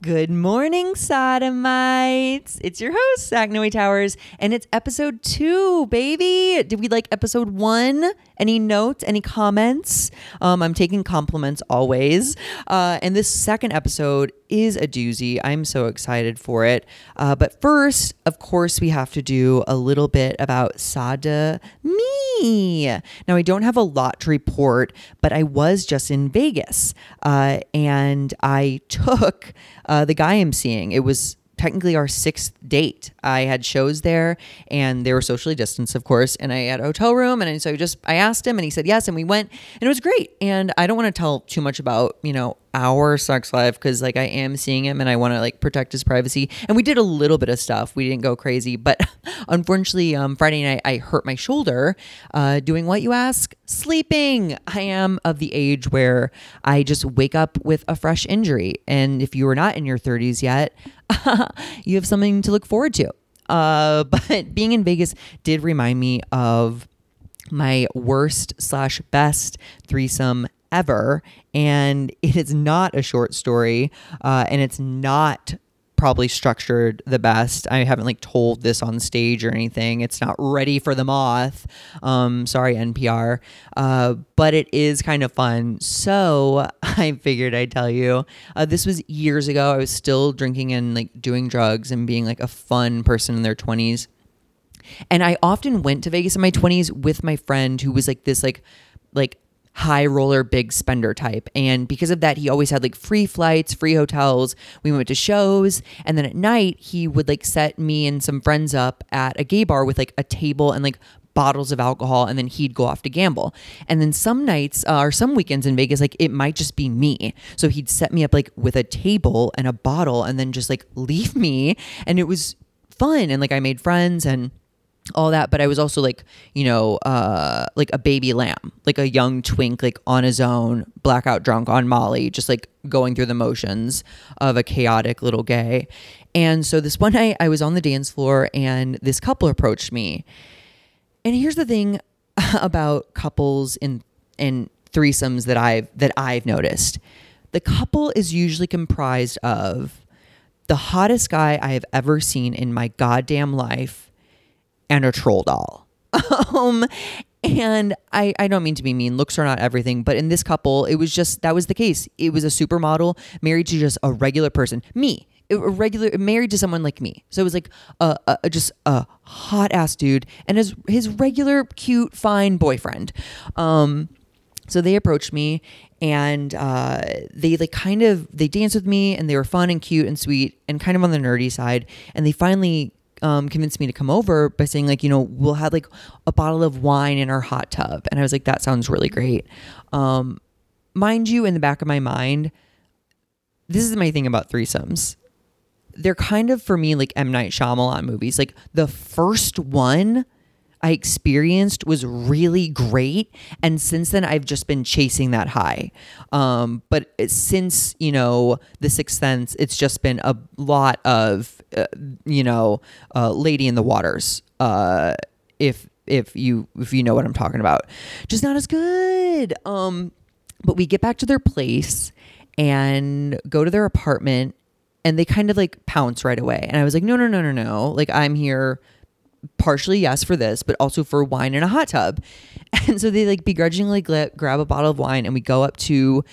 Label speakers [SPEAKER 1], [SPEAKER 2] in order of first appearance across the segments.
[SPEAKER 1] Good morning, sodomites. It's your host, Sagnoi Towers, and it's episode two, baby. Did we like episode one? Any notes? Any comments? Um, I'm taking compliments always. Uh, and this second episode is a doozy. I'm so excited for it. Uh, but first, of course, we have to do a little bit about Sada Me. Now, I don't have a lot to report, but I was just in Vegas uh, and I took uh, the guy I'm seeing. It was technically our sixth date. I had shows there and they were socially distanced, of course, and I had a hotel room. And so I just, I asked him and he said yes. And we went and it was great. And I don't want to tell too much about, you know, our sex life because like I am seeing him and I want to like protect his privacy. And we did a little bit of stuff. We didn't go crazy, but unfortunately, um, Friday night I hurt my shoulder uh, doing what you ask? Sleeping. I am of the age where I just wake up with a fresh injury. And if you are not in your 30s yet, you have something to look forward to. Uh, but being in Vegas did remind me of my worst slash best threesome ever. And it is not a short story, uh, and it's not probably structured the best. I haven't like told this on stage or anything. It's not ready for the moth. Um, sorry, NPR. Uh, but it is kind of fun. So I figured I'd tell you. Uh, this was years ago. I was still drinking and like doing drugs and being like a fun person in their 20s and I often went to Vegas in my 20s with my friend who was like this like like high roller big spender type and because of that he always had like free flights free hotels we went to shows and then at night he would like set me and some friends up at a gay bar with like a table and like bottles of alcohol and then he'd go off to gamble and then some nights uh, or some weekends in vegas like it might just be me so he'd set me up like with a table and a bottle and then just like leave me and it was fun and like i made friends and all that but i was also like you know uh like a baby lamb like a young twink like on his own blackout drunk on molly just like going through the motions of a chaotic little gay and so this one night i was on the dance floor and this couple approached me and here's the thing about couples in and threesomes that I've that I've noticed. The couple is usually comprised of the hottest guy I have ever seen in my goddamn life and a troll doll. um and I, I don't mean to be mean. Looks are not everything, but in this couple, it was just that was the case. It was a supermodel married to just a regular person, me, a regular married to someone like me. So it was like a, a a- just a hot ass dude and his his regular cute fine boyfriend. Um, so they approached me and uh, they like kind of they danced with me and they were fun and cute and sweet and kind of on the nerdy side and they finally um, convinced me to come over by saying like you know we'll have like a bottle of wine in our hot tub and i was like that sounds really great um, mind you in the back of my mind this is my thing about threesomes they're kind of for me like M Night Shyamalan movies. Like the first one I experienced was really great, and since then I've just been chasing that high. Um, but it- since you know The Sixth Sense, it's just been a lot of uh, you know uh, Lady in the Waters. Uh, if if you if you know what I'm talking about, just not as good. Um, but we get back to their place and go to their apartment and they kind of like pounce right away. And I was like, no, no, no, no, no. Like I'm here partially yes for this, but also for wine in a hot tub. And so they like begrudgingly gla- grab a bottle of wine and we go up to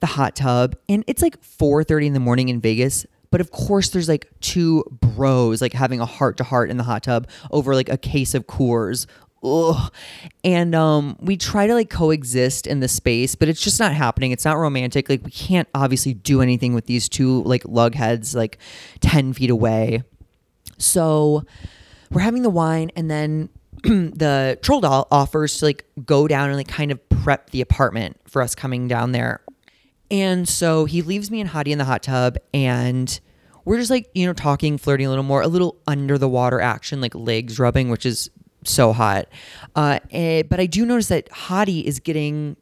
[SPEAKER 1] the hot tub and it's like 4:30 in the morning in Vegas. But of course, there's like two bros like having a heart to heart in the hot tub over like a case of Coors. Ugh. And um, we try to like coexist in the space, but it's just not happening. It's not romantic. Like we can't obviously do anything with these two like lug heads like ten feet away. So we're having the wine, and then the troll doll offers to like go down and like kind of prep the apartment for us coming down there. And so he leaves me and Hottie in the hot tub, and we're just like, you know, talking, flirting a little more, a little under the water action, like legs rubbing, which is so hot. Uh, eh, but I do notice that Hottie is getting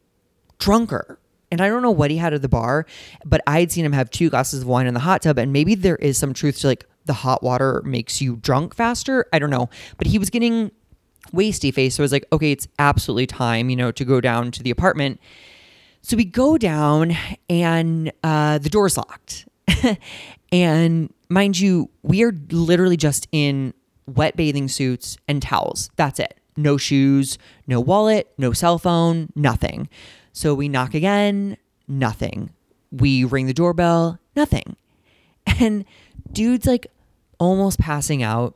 [SPEAKER 1] drunker. And I don't know what he had at the bar, but I had seen him have two glasses of wine in the hot tub. And maybe there is some truth to like the hot water makes you drunk faster. I don't know. But he was getting wasty face. So I was like, okay, it's absolutely time, you know, to go down to the apartment. So we go down and uh, the door's locked. and mind you, we are literally just in wet bathing suits and towels. That's it. No shoes, no wallet, no cell phone, nothing. So we knock again, nothing. We ring the doorbell, nothing. And dude's like almost passing out.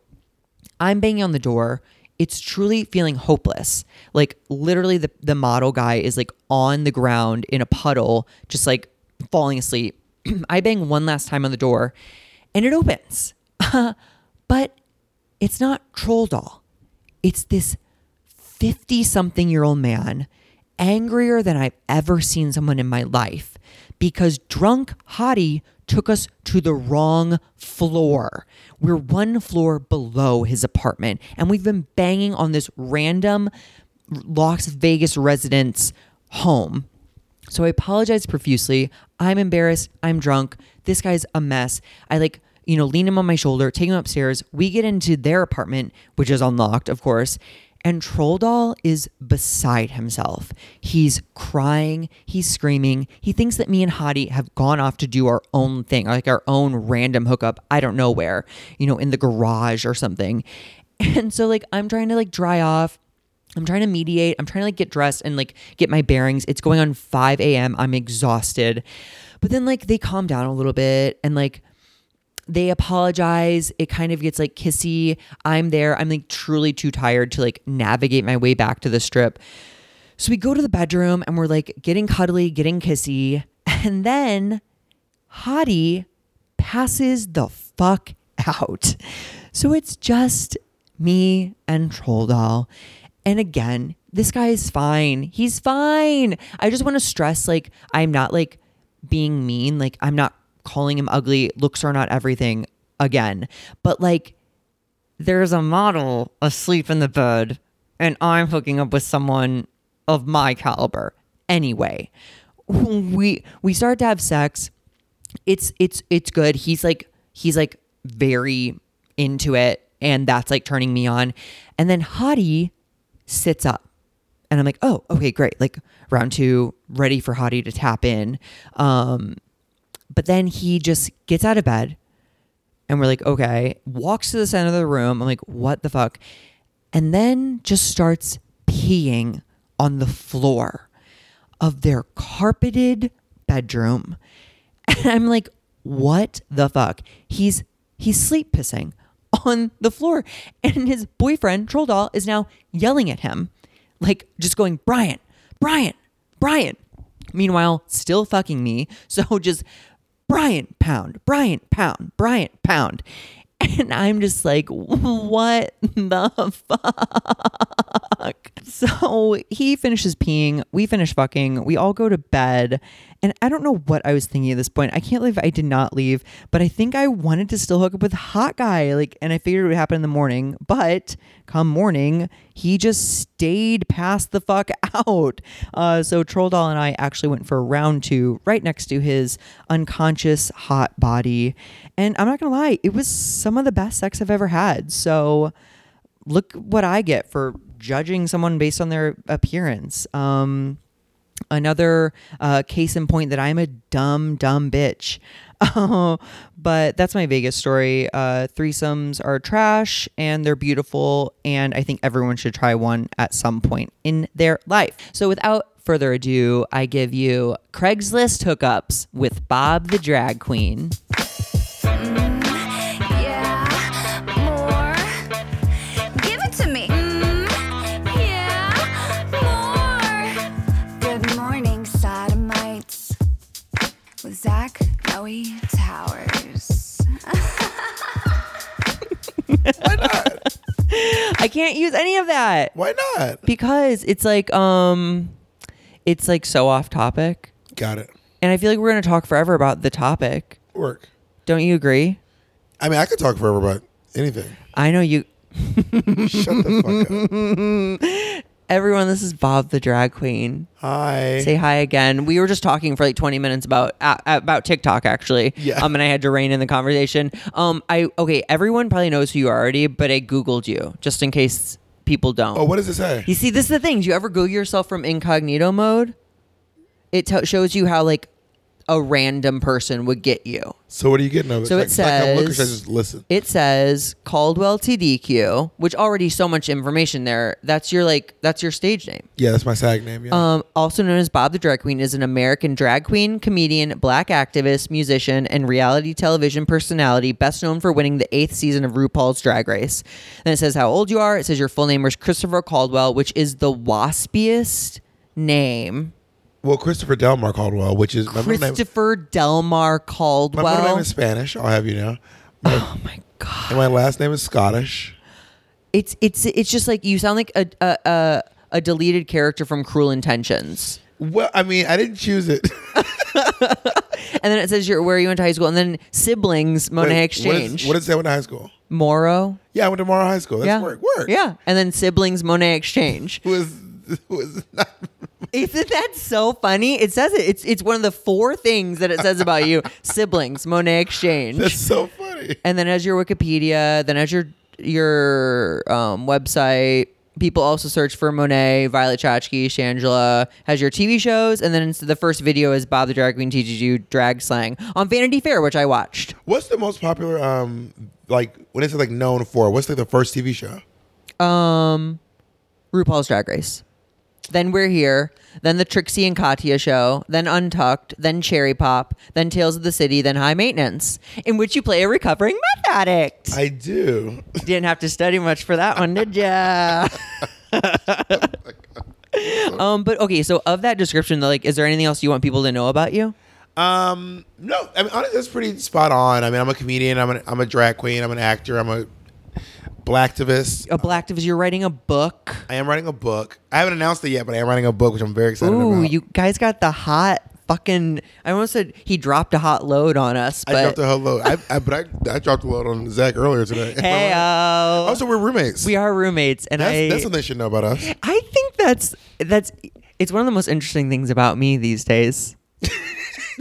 [SPEAKER 1] I'm banging on the door. It's truly feeling hopeless. Like literally the the model guy is like on the ground in a puddle, just like falling asleep. I bang one last time on the door and it opens. but it's not troll doll. It's this 50 something year old man angrier than I've ever seen someone in my life because drunk Hottie took us to the wrong floor. We're one floor below his apartment, and we've been banging on this random Las Vegas resident's home. So I apologize profusely. I'm embarrassed. I'm drunk. This guy's a mess. I like, you know, lean him on my shoulder, take him upstairs. We get into their apartment, which is unlocked, of course. And Troll Doll is beside himself. He's crying, he's screaming. He thinks that me and Hottie have gone off to do our own thing, like our own random hookup, I don't know where, you know, in the garage or something. And so, like, I'm trying to like dry off. I'm trying to mediate. I'm trying to like get dressed and like get my bearings. It's going on 5 a.m. I'm exhausted. But then like they calm down a little bit and like they apologize. It kind of gets like kissy. I'm there. I'm like truly too tired to like navigate my way back to the strip. So we go to the bedroom and we're like getting cuddly, getting kissy. And then Hottie passes the fuck out. So it's just me and Troll Doll. And again, this guy is fine. He's fine. I just want to stress like, I'm not like being mean. Like, I'm not calling him ugly. Looks are not everything again. But like, there's a model asleep in the bed, and I'm hooking up with someone of my caliber. Anyway, we we start to have sex. It's it's it's good. He's like he's like very into it, and that's like turning me on. And then Hottie sits up, and I'm like, oh, okay, great. Like round two, ready for Hottie to tap in. Um, but then he just gets out of bed and we're like, okay, walks to the center of the room. I'm like, what the fuck? And then just starts peeing on the floor of their carpeted bedroom. And I'm like, what the fuck? He's he's sleep pissing on the floor. And his boyfriend, Troll Doll, is now yelling at him, like just going, Brian, Brian, Brian. Meanwhile, still fucking me. So just Brian pound, Brian pound, Brian pound. And I'm just like, what the fuck? So he finishes peeing. We finish fucking. We all go to bed. And I don't know what I was thinking at this point. I can't believe I did not leave, but I think I wanted to still hook up with a hot guy. Like, and I figured it would happen in the morning. But come morning, he just stayed past the fuck out. Uh, so Troll Doll and I actually went for round two right next to his unconscious hot body. And I'm not gonna lie, it was some of the best sex I've ever had. So look what I get for judging someone based on their appearance. Um, another uh, case in point that I'm a dumb, dumb bitch. but that's my Vegas story. Uh, threesomes are trash and they're beautiful. And I think everyone should try one at some point in their life. So without further ado, I give you Craigslist hookups with Bob the Drag Queen.
[SPEAKER 2] Yeah, more. Give it to me. Mm, yeah, more. Good morning, sodomites. With Zach Noe Towers.
[SPEAKER 1] I can't use any of that
[SPEAKER 3] Why not?
[SPEAKER 1] because it's like, um, it's like so off topic.
[SPEAKER 3] Got it.
[SPEAKER 1] And I feel like we're going to talk forever about the topic.
[SPEAKER 3] Work.
[SPEAKER 1] Don't you agree?
[SPEAKER 3] I mean, I could talk forever about anything.
[SPEAKER 1] I know you.
[SPEAKER 3] Shut the fuck up.
[SPEAKER 1] Everyone, this is Bob the drag queen.
[SPEAKER 3] Hi.
[SPEAKER 1] Say hi again. We were just talking for like 20 minutes about uh, about TikTok actually.
[SPEAKER 3] Yeah.
[SPEAKER 1] Um, and I had to rein in the conversation. Um, I okay. Everyone probably knows who you are already, but I googled you just in case people don't.
[SPEAKER 3] oh, what does it say?
[SPEAKER 1] You see, this is the thing. Do you ever Google yourself from incognito mode? It te- shows you how like a random person would get you.
[SPEAKER 3] So what are you getting of it?
[SPEAKER 1] So it
[SPEAKER 3] like, like, I'm looking, should I
[SPEAKER 1] says-
[SPEAKER 3] just listen.
[SPEAKER 1] It says Caldwell TDQ, which already so much information there. That's your like that's your stage name.
[SPEAKER 3] Yeah, that's my SAG name. Yeah.
[SPEAKER 1] Um, also known as Bob the Drag Queen, is an American drag queen, comedian, black activist, musician, and reality television personality, best known for winning the eighth season of RuPaul's Drag Race. Then it says how old you are. It says your full name was Christopher Caldwell, which is the waspiest name.
[SPEAKER 3] well, Christopher Delmar Caldwell, which is my middle name.
[SPEAKER 1] Christopher Delmar
[SPEAKER 3] My middle
[SPEAKER 1] Caldwell.
[SPEAKER 3] name is Spanish. I'll have you know. My,
[SPEAKER 1] oh my god!
[SPEAKER 3] and my last name is Scottish.
[SPEAKER 1] It's it's it's just like you sound like a a a, a deleted character from Cruel Intentions.
[SPEAKER 3] Well, I mean, I didn't choose it.
[SPEAKER 1] And then it says you're where you went to high school, and then siblings Monet
[SPEAKER 3] Wait,
[SPEAKER 1] Exchange.
[SPEAKER 3] What, is, what did it say? I went to high school.
[SPEAKER 1] Morrow?
[SPEAKER 3] Yeah, I went to Morrow High School. That's
[SPEAKER 1] yeah.
[SPEAKER 3] work. Work.
[SPEAKER 1] Yeah. And then siblings Monet Exchange.
[SPEAKER 3] Who is who is not?
[SPEAKER 1] Isn't that so funny? It says it. It's it's one of the four things that it says about you. siblings Monet Exchange.
[SPEAKER 3] That's so funny.
[SPEAKER 1] and then as your Wikipedia, then as your your um, website, people also search for Monet, Violet Chachki, Shangela, has your TV shows, and then it's the first video is Bob the Drag Queen teaches you drag slang on Vanity Fair, which I watched.
[SPEAKER 3] What's the most popular? Um, like when it's like known for? What's like the first TV show?
[SPEAKER 1] Um, RuPaul's Drag Race. Then we're here. Then the Trixie and Katya show. Then Untucked. Then Cherry Pop. Then Tales of the City. Then High Maintenance, in which you play a recovering meth addict.
[SPEAKER 3] I do.
[SPEAKER 1] Didn't have to study much for that one, did ya? um, but okay, so of that description, like, is there anything else you want people to know about you?
[SPEAKER 3] Um, no, I mean honestly, that's pretty spot on. I mean, I'm a comedian. I'm an, I'm a drag queen. I'm an actor. I'm a blacktivist.
[SPEAKER 1] A blacktivist, you're writing a book.
[SPEAKER 3] I am writing a book. I haven't announced it yet, but I am writing a book, which I'm very excited
[SPEAKER 1] Ooh,
[SPEAKER 3] about.
[SPEAKER 1] you guys got the hot fucking. I almost said he dropped a hot load on us,
[SPEAKER 3] I dropped
[SPEAKER 1] but
[SPEAKER 3] a whole load. I, I, but I, I dropped a load on Zach earlier today.
[SPEAKER 1] hey, uh,
[SPEAKER 3] also we're roommates.
[SPEAKER 1] we are roommates, and
[SPEAKER 3] That's,
[SPEAKER 1] I.
[SPEAKER 3] that's something they should know about us.
[SPEAKER 1] I think that's that's. It's one of the most interesting things about me these days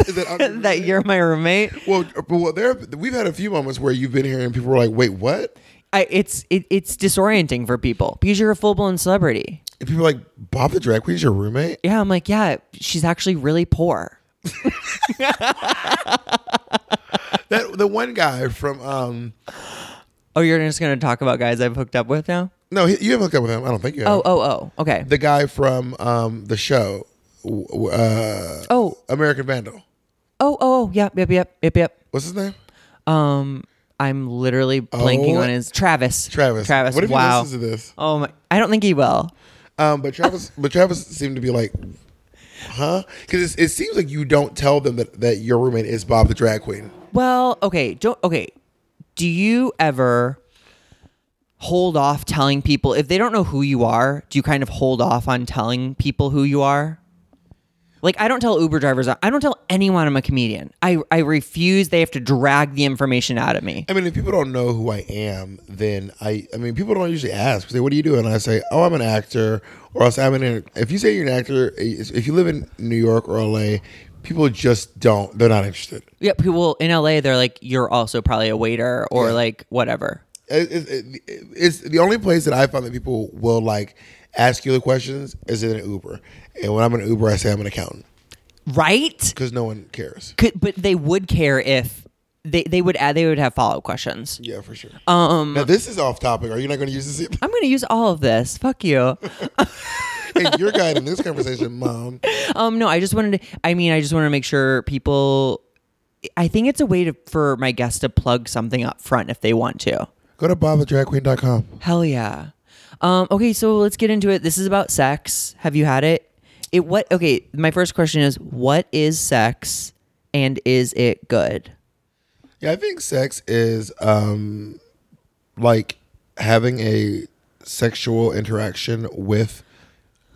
[SPEAKER 3] Is that, I'm-
[SPEAKER 1] that you're my roommate.
[SPEAKER 3] well, well, there we've had a few moments where you've been here and people were like, "Wait, what?"
[SPEAKER 1] I, it's it, it's disorienting for people because you're a full blown celebrity.
[SPEAKER 3] And people are like, "Bob the drag queen's your roommate."
[SPEAKER 1] Yeah, I'm like, yeah, she's actually really poor.
[SPEAKER 3] That the one guy from um,
[SPEAKER 1] Oh, you're just gonna talk about guys I've hooked up with now?
[SPEAKER 3] no, he, you haven't hooked up with him. I don't think you. Have.
[SPEAKER 1] Oh, oh, oh. Okay.
[SPEAKER 3] the guy from um, the show, w- w- uh,
[SPEAKER 1] Oh,
[SPEAKER 3] American Vandal.
[SPEAKER 1] oh, oh, oh. Yep, yep, yep, yep, yep.
[SPEAKER 3] What's his name?
[SPEAKER 1] Um, I'm literally blanking
[SPEAKER 3] Oh.
[SPEAKER 1] on his Travis.
[SPEAKER 3] Travis.
[SPEAKER 1] Travis.
[SPEAKER 3] What if
[SPEAKER 1] wow.
[SPEAKER 3] he listens to this?
[SPEAKER 1] Oh my! I don't think he will.
[SPEAKER 3] Um, but Travis, but Travis seemed to be like, huh? Because it seems like you don't tell them that, that your roommate is Bob the drag queen.
[SPEAKER 1] Well, okay. Don't okay. Do you ever hold off telling people if they don't know who you are? Do you kind of hold off on telling people who you are? Like I don't tell Uber drivers. I don't tell anyone I'm a comedian. I I refuse. They have to drag the information out of me.
[SPEAKER 3] I mean, if people don't know who I am, then I, I mean, people don't usually ask. Say, what do you do? And I say, oh, I'm an actor, or else I'm an. If you say you're an actor, if you live in New York or LA, people just don't. They're not interested.
[SPEAKER 1] Yeah, people in LA. They're like, you're also probably a waiter or
[SPEAKER 3] Yeah.
[SPEAKER 1] like whatever.
[SPEAKER 3] it, it, it- it's the only place that I find that people will like ask you the questions is in an Uber. And when I'm in an Uber, I say I'm an accountant
[SPEAKER 1] Right?
[SPEAKER 3] because no one cares.
[SPEAKER 1] Could, but they would care if they they would add, they would have follow up questions.
[SPEAKER 3] Yeah, for sure. Um, now this is off topic. Are you not going to use this?
[SPEAKER 1] I'm gonna use all of this. Fuck you.
[SPEAKER 3] hey, you're guiding this conversation, mom.
[SPEAKER 1] Um, no, I just wanted to. I mean, I just wanted to make sure people. I think it's a way to for my guests to plug something up front if they want to.
[SPEAKER 3] Go to bobthedragqueen.com.
[SPEAKER 1] Hell yeah. Um, okay, so let's get into it. This is about sex. Have you had it? It what? Okay, my first question is what is sex, and is it good?
[SPEAKER 3] Yeah, I think sex is um like having a sexual interaction with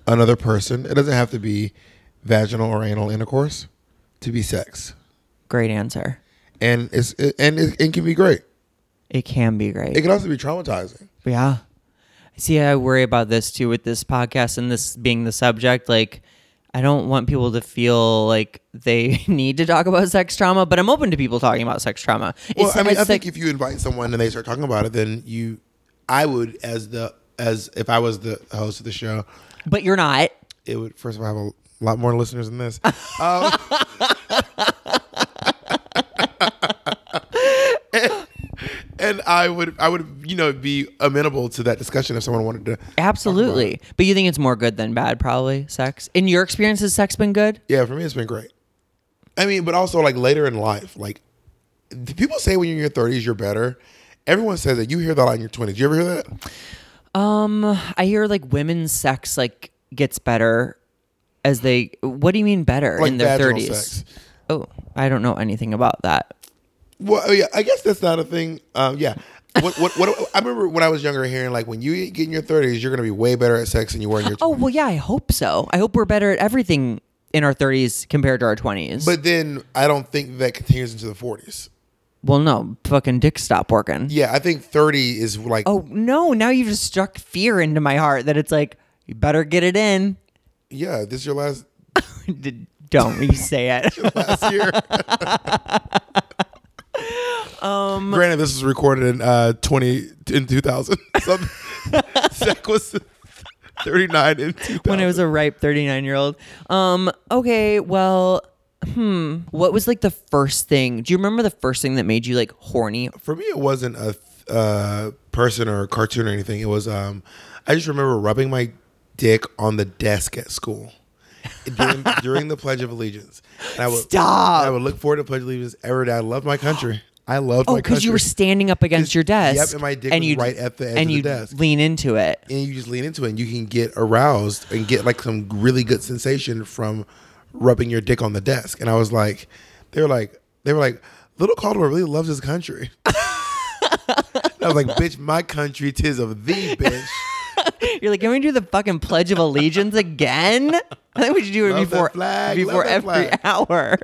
[SPEAKER 3] another person. It doesn't have to be vaginal or anal intercourse to be sex.
[SPEAKER 1] Great answer.
[SPEAKER 3] and it's it, and it, it can be great.
[SPEAKER 1] It can be great.
[SPEAKER 3] It can also be traumatizing.
[SPEAKER 1] Yeah. See, I worry about this too with this podcast and this being the subject. Like, I don't want people to feel like they need to talk about sex trauma, but I'm open to people talking about sex trauma.
[SPEAKER 3] Well,
[SPEAKER 1] It's-
[SPEAKER 3] I mean,
[SPEAKER 1] it's
[SPEAKER 3] I think
[SPEAKER 1] like-
[SPEAKER 3] if you invite someone and they start talking about it, then you, I would as the as if I was the host of the show,
[SPEAKER 1] but you're not.
[SPEAKER 3] it would first of all have a lot more listeners than this. Um, and I would I would you know be amenable to that discussion if someone wanted to.
[SPEAKER 1] Absolutely. But you think it's more good than bad, probably, sex? In your experience, has sex been good?
[SPEAKER 3] Yeah, for me it's been great. I mean, but also like later in life, like the people say when you're in your 30s you're better. Everyone says that. You hear that a lot in your 20s. You ever hear that?
[SPEAKER 1] I hear like women's sex like gets better as they what do you mean better
[SPEAKER 3] Like
[SPEAKER 1] in their
[SPEAKER 3] vaginal
[SPEAKER 1] 30s?
[SPEAKER 3] sex.
[SPEAKER 1] Oh, I don't know anything about that.
[SPEAKER 3] Well, oh, yeah, I guess that's not a thing. Um, yeah. What, what, what, I remember when I was younger hearing like when you get in your 30s, you're going to be way better at sex than you were in your 20s.
[SPEAKER 1] Oh, well yeah, I hope so. I hope we're better at everything in our 30s compared to our 20s.
[SPEAKER 3] But then I don't think that continues into the 40s.
[SPEAKER 1] well, no, fucking dicks stop working.
[SPEAKER 3] Yeah, I think 30 is like
[SPEAKER 1] Oh, no, now you just struck fear into my heart that it's like you better get it in.
[SPEAKER 3] yeah, this is your last
[SPEAKER 1] D- don't you say it.
[SPEAKER 3] last year. um, Granted, this was recorded in uh, twenty in two thousand. Zach was thirty nine in two thousand.
[SPEAKER 1] when I was a ripe 39 year old. Um, okay, well, hmm. What was like the first thing? Do you remember the first thing that made you like horny?
[SPEAKER 3] for me, it wasn't a th- uh, person or a cartoon or anything. It was um, I just remember rubbing my dick on the desk at school during, during the Pledge of Allegiance. And I would,
[SPEAKER 1] Stop.
[SPEAKER 3] I would look forward to Pledge of Allegiance every day. I love my country. I loved
[SPEAKER 1] Oh,
[SPEAKER 3] my country.
[SPEAKER 1] because you were standing up against your desk.
[SPEAKER 3] Yep, and my dick was
[SPEAKER 1] you'd-
[SPEAKER 3] right at the edge
[SPEAKER 1] and
[SPEAKER 3] of the
[SPEAKER 1] you'd
[SPEAKER 3] desk.
[SPEAKER 1] lean into it.
[SPEAKER 3] and you just lean into it and you can get aroused and get like some really good sensation from rubbing your dick on the desk. And I was like, they were like, they were like, little Caldwell really loves his country. and I was like, bitch, my country tis of thee, bitch.
[SPEAKER 1] You're like, can we do the fucking Pledge of Allegiance again? I think we should do it
[SPEAKER 3] Love that
[SPEAKER 1] before
[SPEAKER 3] flag,
[SPEAKER 1] before
[SPEAKER 3] love that
[SPEAKER 1] every
[SPEAKER 3] flag.
[SPEAKER 1] hour.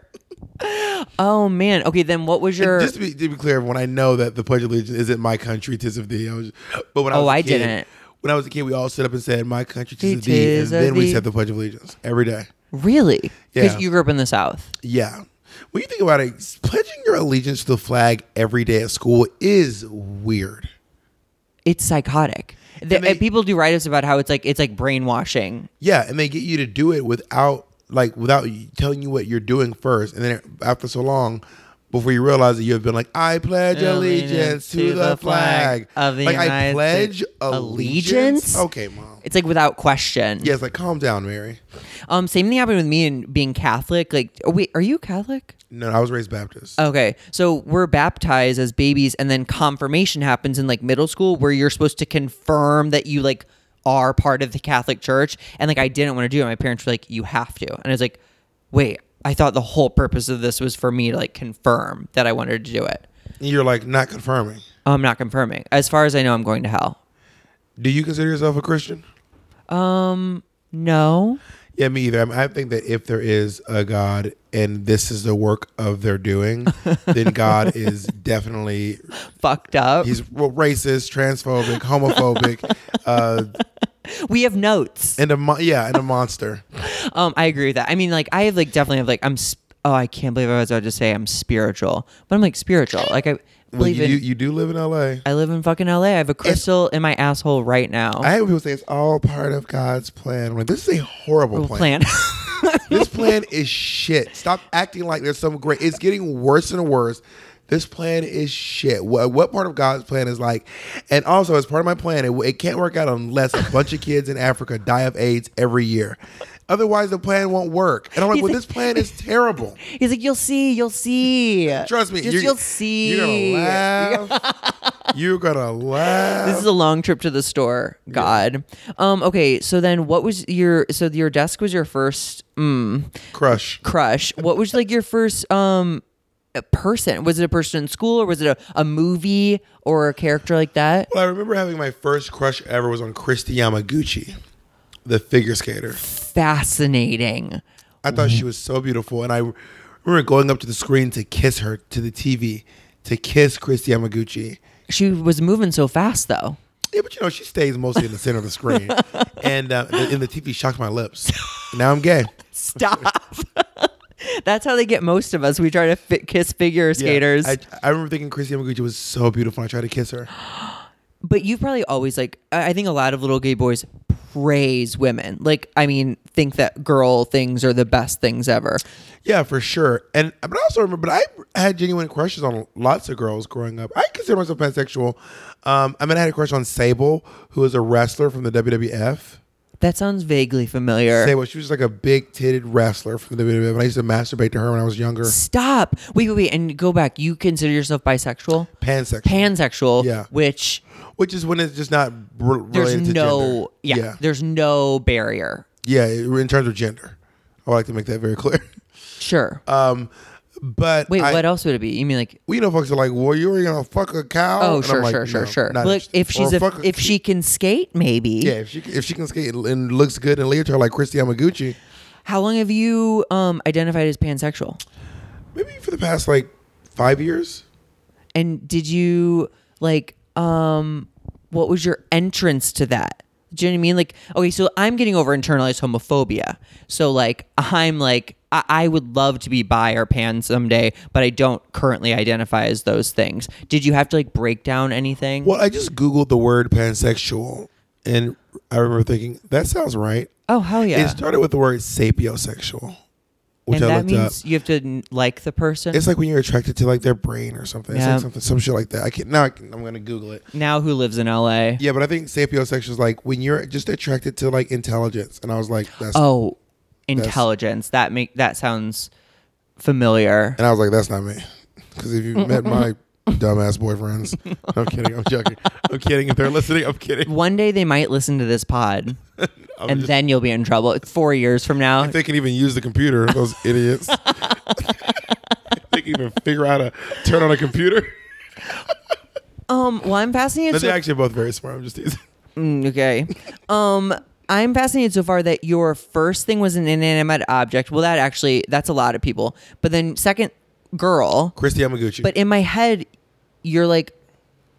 [SPEAKER 1] oh man. Okay, then what was your?
[SPEAKER 3] Just to be, to be clear, when I know that the Pledge of Allegiance isn't my country tis of thee, I was, but when I
[SPEAKER 1] Oh,
[SPEAKER 3] was a
[SPEAKER 1] I
[SPEAKER 3] kid-
[SPEAKER 1] didn't.
[SPEAKER 3] When I was a kid, we all stood up and said, "My country tis of
[SPEAKER 1] It
[SPEAKER 3] thee," and
[SPEAKER 1] is of
[SPEAKER 3] then we
[SPEAKER 1] thee.
[SPEAKER 3] said the Pledge of Allegiance every day.
[SPEAKER 1] really? Because
[SPEAKER 3] Yeah.
[SPEAKER 1] you grew up in the South.
[SPEAKER 3] Yeah. When you think about it, pledging your allegiance to the flag every day at school is weird.
[SPEAKER 1] It's psychotic. The,
[SPEAKER 3] they-
[SPEAKER 1] and people do write ups about how it's like it's like brainwashing.
[SPEAKER 3] Yeah, and they get you to do it without like without you- telling you what you're doing first, and then after so long, before you realize that you have been like, I pledge allegiance to the flag
[SPEAKER 1] of the
[SPEAKER 3] like I
[SPEAKER 1] United
[SPEAKER 3] pledge
[SPEAKER 1] States-
[SPEAKER 3] allegiance.
[SPEAKER 1] Allegiance?
[SPEAKER 3] Okay, mom.
[SPEAKER 1] It's like without question.
[SPEAKER 3] Yes, like calm down, Mary.
[SPEAKER 1] Um, same thing happened with me and being Catholic. Like, oh, wait, are you Catholic?
[SPEAKER 3] No, I was raised Baptist.
[SPEAKER 1] Okay, so we're baptized as babies, and then confirmation happens in like middle school, where you're supposed to confirm that you like are part of the Catholic Church. And like, I didn't want to do it. My parents were like, "You have to," and I was like, "Wait." I thought the whole purpose of this was for me to like confirm that I wanted to do it. Oh,
[SPEAKER 3] And you're like not confirming.
[SPEAKER 1] I'm not confirming. As far as I know, I'm going to hell.
[SPEAKER 3] Do you consider yourself a Christian?
[SPEAKER 1] No.
[SPEAKER 3] Yeah, me either. I, mean, I think that if there is a God and this is the work of their doing, then God is definitely
[SPEAKER 1] Fucked up.
[SPEAKER 3] he's well, racist, transphobic, homophobic, uh,
[SPEAKER 1] we have notes.
[SPEAKER 3] and a mo- yeah, and a monster.
[SPEAKER 1] Um, I agree with that. I mean, like, I have like definitely have like I'm. Sp- oh, I can't believe I was about to say I'm spiritual, but I'm like spiritual. Like I
[SPEAKER 3] Well,
[SPEAKER 1] believe
[SPEAKER 3] you,
[SPEAKER 1] in.
[SPEAKER 3] you, you do live in L.A.
[SPEAKER 1] I live in fucking LA. I have a crystal in my asshole right now.
[SPEAKER 3] I hate when people say it's all part of God's plan. I'm like, this is a horrible plan.
[SPEAKER 1] plan.
[SPEAKER 3] This plan is shit. Stop acting like there's some great. It's getting worse and worse. This plan is shit. What, what part of God's plan is like? And also, as part of my plan, it, it can't work out unless a bunch of kids in Africa die of AIDS every year. Otherwise, the plan won't work. And I'm like,
[SPEAKER 1] He's
[SPEAKER 3] well,
[SPEAKER 1] like-
[SPEAKER 3] this plan is terrible.
[SPEAKER 1] He's like, you'll see, you'll see.
[SPEAKER 3] Trust me,
[SPEAKER 1] Just
[SPEAKER 3] you're-
[SPEAKER 1] you'll see.
[SPEAKER 3] You're gonna laugh. you're gonna laugh.
[SPEAKER 1] This is a long trip to the store. God. Um. Okay. So then, what was your? So your desk was your first. Mm,
[SPEAKER 3] crush.
[SPEAKER 1] crush what was like your first um person was it a person in school or was it a, a movie or a character like that
[SPEAKER 3] Well, I remember having my first crush ever was on Christy Yamaguchi, the figure skater.
[SPEAKER 1] fascinating
[SPEAKER 3] I thought she was so beautiful, and I remember going up to the screen to kiss her to the TV to kiss Christy Yamaguchi.
[SPEAKER 1] she was moving so fast though
[SPEAKER 3] Yeah, but you know she stays mostly in the center of the screen, and uh, the, and the TV shocked my lips. Now I'm gay.
[SPEAKER 1] stop that's how they get most of us we try to fit kiss figure
[SPEAKER 3] Yeah,
[SPEAKER 1] skaters
[SPEAKER 3] I, I remember thinking Christy Yamaguchi was so beautiful. and I tried to kiss her.
[SPEAKER 1] but you've probably always like i I think a lot of little gay boys praise women. Like, I mean, think that girl things are the best things ever.
[SPEAKER 3] Yeah, for sure. And but I also remember, but I had genuine crushes on lots of girls growing up. I consider myself pansexual. Um, I mean, I had a crush on Sable, who was a wrestler from the WWF.
[SPEAKER 1] That sounds vaguely familiar.
[SPEAKER 3] Sable, she was like a big titted wrestler from the WWF, and I used to masturbate to her when I was younger.
[SPEAKER 1] Stop. Wait, wait, wait. And go back. You consider yourself bisexual?
[SPEAKER 3] Pansexual,
[SPEAKER 1] Pansexual,
[SPEAKER 3] Yeah.
[SPEAKER 1] which
[SPEAKER 3] which is when it's just not r-
[SPEAKER 1] there's
[SPEAKER 3] related to
[SPEAKER 1] no, yeah,
[SPEAKER 3] gender. yeah,
[SPEAKER 1] there's no barrier.
[SPEAKER 3] yeah. In terms of gender, I would like to make that very clear.
[SPEAKER 1] Sure.
[SPEAKER 3] Um, but
[SPEAKER 1] wait,
[SPEAKER 3] I,
[SPEAKER 1] what else would it be? You mean like,
[SPEAKER 3] Well, you know, folks are like, "Well, you were gonna fuck a cow."
[SPEAKER 1] oh,
[SPEAKER 3] And I'm
[SPEAKER 1] sure,
[SPEAKER 3] like,
[SPEAKER 1] sure, sure,
[SPEAKER 3] "No,
[SPEAKER 1] sure.
[SPEAKER 3] not
[SPEAKER 1] Look, if
[SPEAKER 3] interested." Or
[SPEAKER 1] she's a,
[SPEAKER 3] fuck a-
[SPEAKER 1] if she can skate, maybe.
[SPEAKER 3] yeah, if she if she can skate and looks good in leotard like Christy Yamaguchi,
[SPEAKER 1] How long have you um, identified as pansexual?
[SPEAKER 3] maybe for the past like five years.
[SPEAKER 1] And did you like um what was your entrance to that? Do you know what I mean? Like, okay, so I'm getting over internalized homophobia. So like I'm like I, I would love to be bi or pan someday, but I don't currently identify as those things. Did you have to like break down anything?
[SPEAKER 3] Well, I just googled the word pansexual, and I remember thinking that sounds right.
[SPEAKER 1] Oh hell yeah.
[SPEAKER 3] It started with the word sapiosexual, which
[SPEAKER 1] and
[SPEAKER 3] I
[SPEAKER 1] that
[SPEAKER 3] looked up.
[SPEAKER 1] means you have to n- like the person.
[SPEAKER 3] It's like when you're attracted to like their brain or something. It's
[SPEAKER 1] Yeah.
[SPEAKER 3] like something, some shit like that. I can't now. I can, I'm gonna Google it.
[SPEAKER 1] now who lives in LA?
[SPEAKER 3] Yeah, but I think sapiosexual is like when you're just attracted to like intelligence, and I was like, that's
[SPEAKER 1] Oh, intelligence. That make that sounds familiar.
[SPEAKER 3] And I was like, that's not me. Because if you met my dumbass boyfriends, I'm kidding. I'm joking. I'm kidding. If they're listening, I'm kidding.
[SPEAKER 1] One day they might listen to this pod.
[SPEAKER 3] I'm
[SPEAKER 1] and
[SPEAKER 3] just-
[SPEAKER 1] then you'll be in trouble. It's four years from now.
[SPEAKER 3] if they can even use the computer, those idiots. if they can even figure out how to turn on a computer.
[SPEAKER 1] Um, well, I'm
[SPEAKER 3] But
[SPEAKER 1] fascinated. So,
[SPEAKER 3] they're actually both very smart. I'm just teasing.
[SPEAKER 1] Mm, okay. Um, I'm fascinated so far that your first thing was an inanimate object. Well, that actually, that's a lot of people. But then second, girl.
[SPEAKER 3] Christy Yamaguchi.
[SPEAKER 1] But in my head, you're like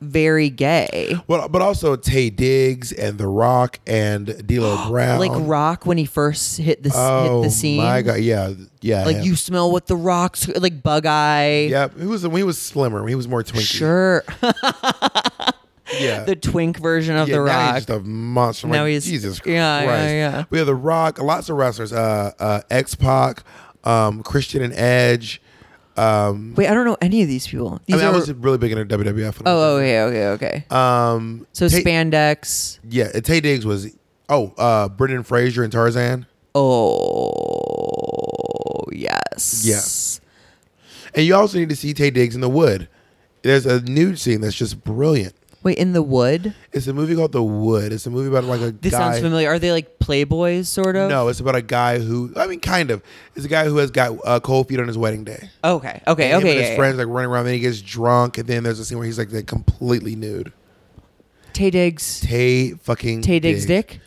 [SPEAKER 1] very gay.
[SPEAKER 3] well, but also Tay Diggs and The Rock and D'Lo Brown.
[SPEAKER 1] Like Rock when he first hit the s-
[SPEAKER 3] oh,
[SPEAKER 1] hit the scene.
[SPEAKER 3] my God. Yeah. Yeah.
[SPEAKER 1] Like
[SPEAKER 3] him.
[SPEAKER 1] you smell what the rocks like bug eye.
[SPEAKER 3] Yeah. He was, when he was slimmer. When he was more twinky.
[SPEAKER 1] Sure.
[SPEAKER 3] Yeah.
[SPEAKER 1] the twink version of
[SPEAKER 3] Yeah,
[SPEAKER 1] the
[SPEAKER 3] now
[SPEAKER 1] rock.
[SPEAKER 3] he's just a monster. I'm
[SPEAKER 1] Now
[SPEAKER 3] like,
[SPEAKER 1] he's-
[SPEAKER 3] Jesus Christ.
[SPEAKER 1] yeah, yeah, yeah.
[SPEAKER 3] We have The Rock, lots of wrestlers. Uh, uh, X Pac, um, Christian and Edge. Um,
[SPEAKER 1] Wait, I don't know any of these people.
[SPEAKER 3] I
[SPEAKER 1] These
[SPEAKER 3] mean, I
[SPEAKER 1] are,
[SPEAKER 3] was really big into WWF. When I was
[SPEAKER 1] oh, okay, okay, okay.
[SPEAKER 3] young. um,
[SPEAKER 1] So
[SPEAKER 3] Tay-
[SPEAKER 1] spandex.
[SPEAKER 3] yeah, and Tay Diggs was. Oh, uh, Brendan Fraser and Tarzan,
[SPEAKER 1] Oh yes.
[SPEAKER 3] Yes. and you also need to see Tay Diggs in the Wood. There's a nude scene that's just brilliant.
[SPEAKER 1] Wait, in the wood?
[SPEAKER 3] It's a movie called The Wood. It's a movie about like a
[SPEAKER 1] This
[SPEAKER 3] guy.
[SPEAKER 1] sounds familiar. Are they like playboys sort of?
[SPEAKER 3] No, it's about a guy who. I mean, kind of. It's a guy who has got uh, cold feet on his wedding day.
[SPEAKER 1] Okay. Okay.
[SPEAKER 3] And him
[SPEAKER 1] okay.
[SPEAKER 3] and
[SPEAKER 1] Yeah,
[SPEAKER 3] his
[SPEAKER 1] yeah.
[SPEAKER 3] friends like running around. Then he gets drunk, and then there's a scene where he's like, like completely nude.
[SPEAKER 1] Tay Diggs.
[SPEAKER 3] Tay fucking
[SPEAKER 1] Tay Diggs' dick.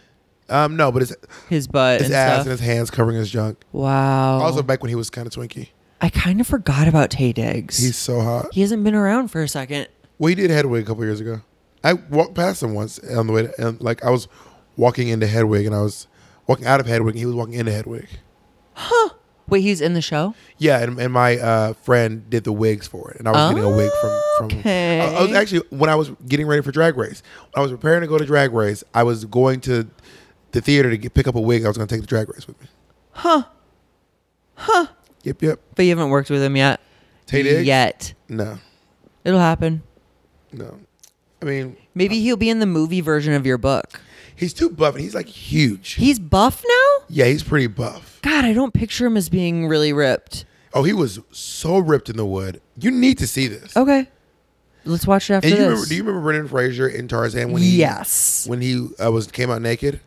[SPEAKER 3] Um, no, but his
[SPEAKER 1] His butt
[SPEAKER 3] his
[SPEAKER 1] and
[SPEAKER 3] ass
[SPEAKER 1] stuff. Oh.
[SPEAKER 3] and his hands covering his junk.
[SPEAKER 1] wow.
[SPEAKER 3] Also, back when he was kind of twinky,
[SPEAKER 1] I kind of forgot about Tay Diggs.
[SPEAKER 3] he's so hot.
[SPEAKER 1] he hasn't been around for a second.
[SPEAKER 3] Well, he did Hedwig a couple years ago. I walked past him once on the way, to, and like I was walking into Hedwig, and I was walking out of Hedwig, and he was walking into Hedwig.
[SPEAKER 1] Wait, he's in the show?
[SPEAKER 3] Yeah, and, and my uh, friend did the wigs for it, and I was getting a wig from from. I, I was
[SPEAKER 1] Okay.
[SPEAKER 3] actually when I was getting ready for Drag Race, when I was preparing to go to Drag Race, I was going to the theater to get, pick up a wig. I was going to take the Drag Race with me. Huh. Huh. Yep. Yep.
[SPEAKER 1] But you haven't worked with him yet.
[SPEAKER 3] Tay Diggs?
[SPEAKER 1] Yet.
[SPEAKER 3] No.
[SPEAKER 1] It'll happen.
[SPEAKER 3] No. I mean,
[SPEAKER 1] Maybe he'll be in the movie version of your book.
[SPEAKER 3] he's too buff, and he's like huge.
[SPEAKER 1] He's buff now?
[SPEAKER 3] yeah, he's pretty buff.
[SPEAKER 1] God, I don't picture him as being really ripped.
[SPEAKER 3] Oh, he was so ripped in the wood. You need to see this.
[SPEAKER 1] Okay. Let's watch it after
[SPEAKER 3] and
[SPEAKER 1] Oh,
[SPEAKER 3] you
[SPEAKER 1] this.
[SPEAKER 3] remember, do you remember Brendan Fraser in Tarzan when he
[SPEAKER 1] yes.
[SPEAKER 3] when he uh, was came out naked?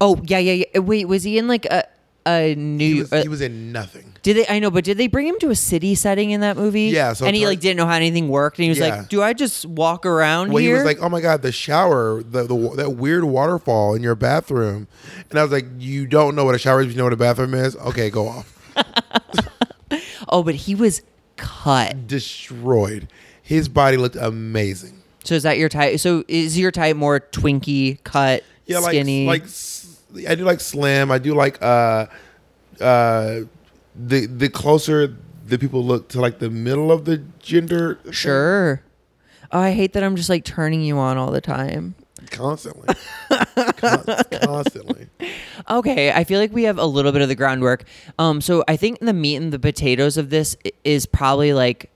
[SPEAKER 1] oh, yeah, yeah, yeah. Wait, was he in like a a
[SPEAKER 3] He
[SPEAKER 1] new
[SPEAKER 3] was,
[SPEAKER 1] uh,
[SPEAKER 3] he was in nothing.
[SPEAKER 1] Did they I know, but did they bring him to a city setting in that movie?
[SPEAKER 3] Yeah, so
[SPEAKER 1] and he
[SPEAKER 3] Tar-
[SPEAKER 1] like didn't know how anything worked and he was
[SPEAKER 3] Yeah.
[SPEAKER 1] like, "Do I just walk around
[SPEAKER 3] Well, he
[SPEAKER 1] here?"
[SPEAKER 3] was like, "Oh my god, the shower, the, the wa- that weird waterfall in your bathroom," and I was like, "You don't know what a shower is, but you know what a bathroom is? Okay, go off."
[SPEAKER 1] "Oh, but he was cut."
[SPEAKER 3] Destroyed. His body looked amazing.
[SPEAKER 1] So is that your type? So is your type more twinkie, cut,
[SPEAKER 3] Yeah, like
[SPEAKER 1] skinny?
[SPEAKER 3] like s- I do like slim. I do like uh uh the the closer the people look to like the middle of the gender. thing.
[SPEAKER 1] sure. Oh, I hate that I'm just like turning you on all the time.
[SPEAKER 3] constantly, Con- constantly.
[SPEAKER 1] Okay, I feel like we have a little bit of the groundwork. Um, so I think the meat and the potatoes of this i- is probably like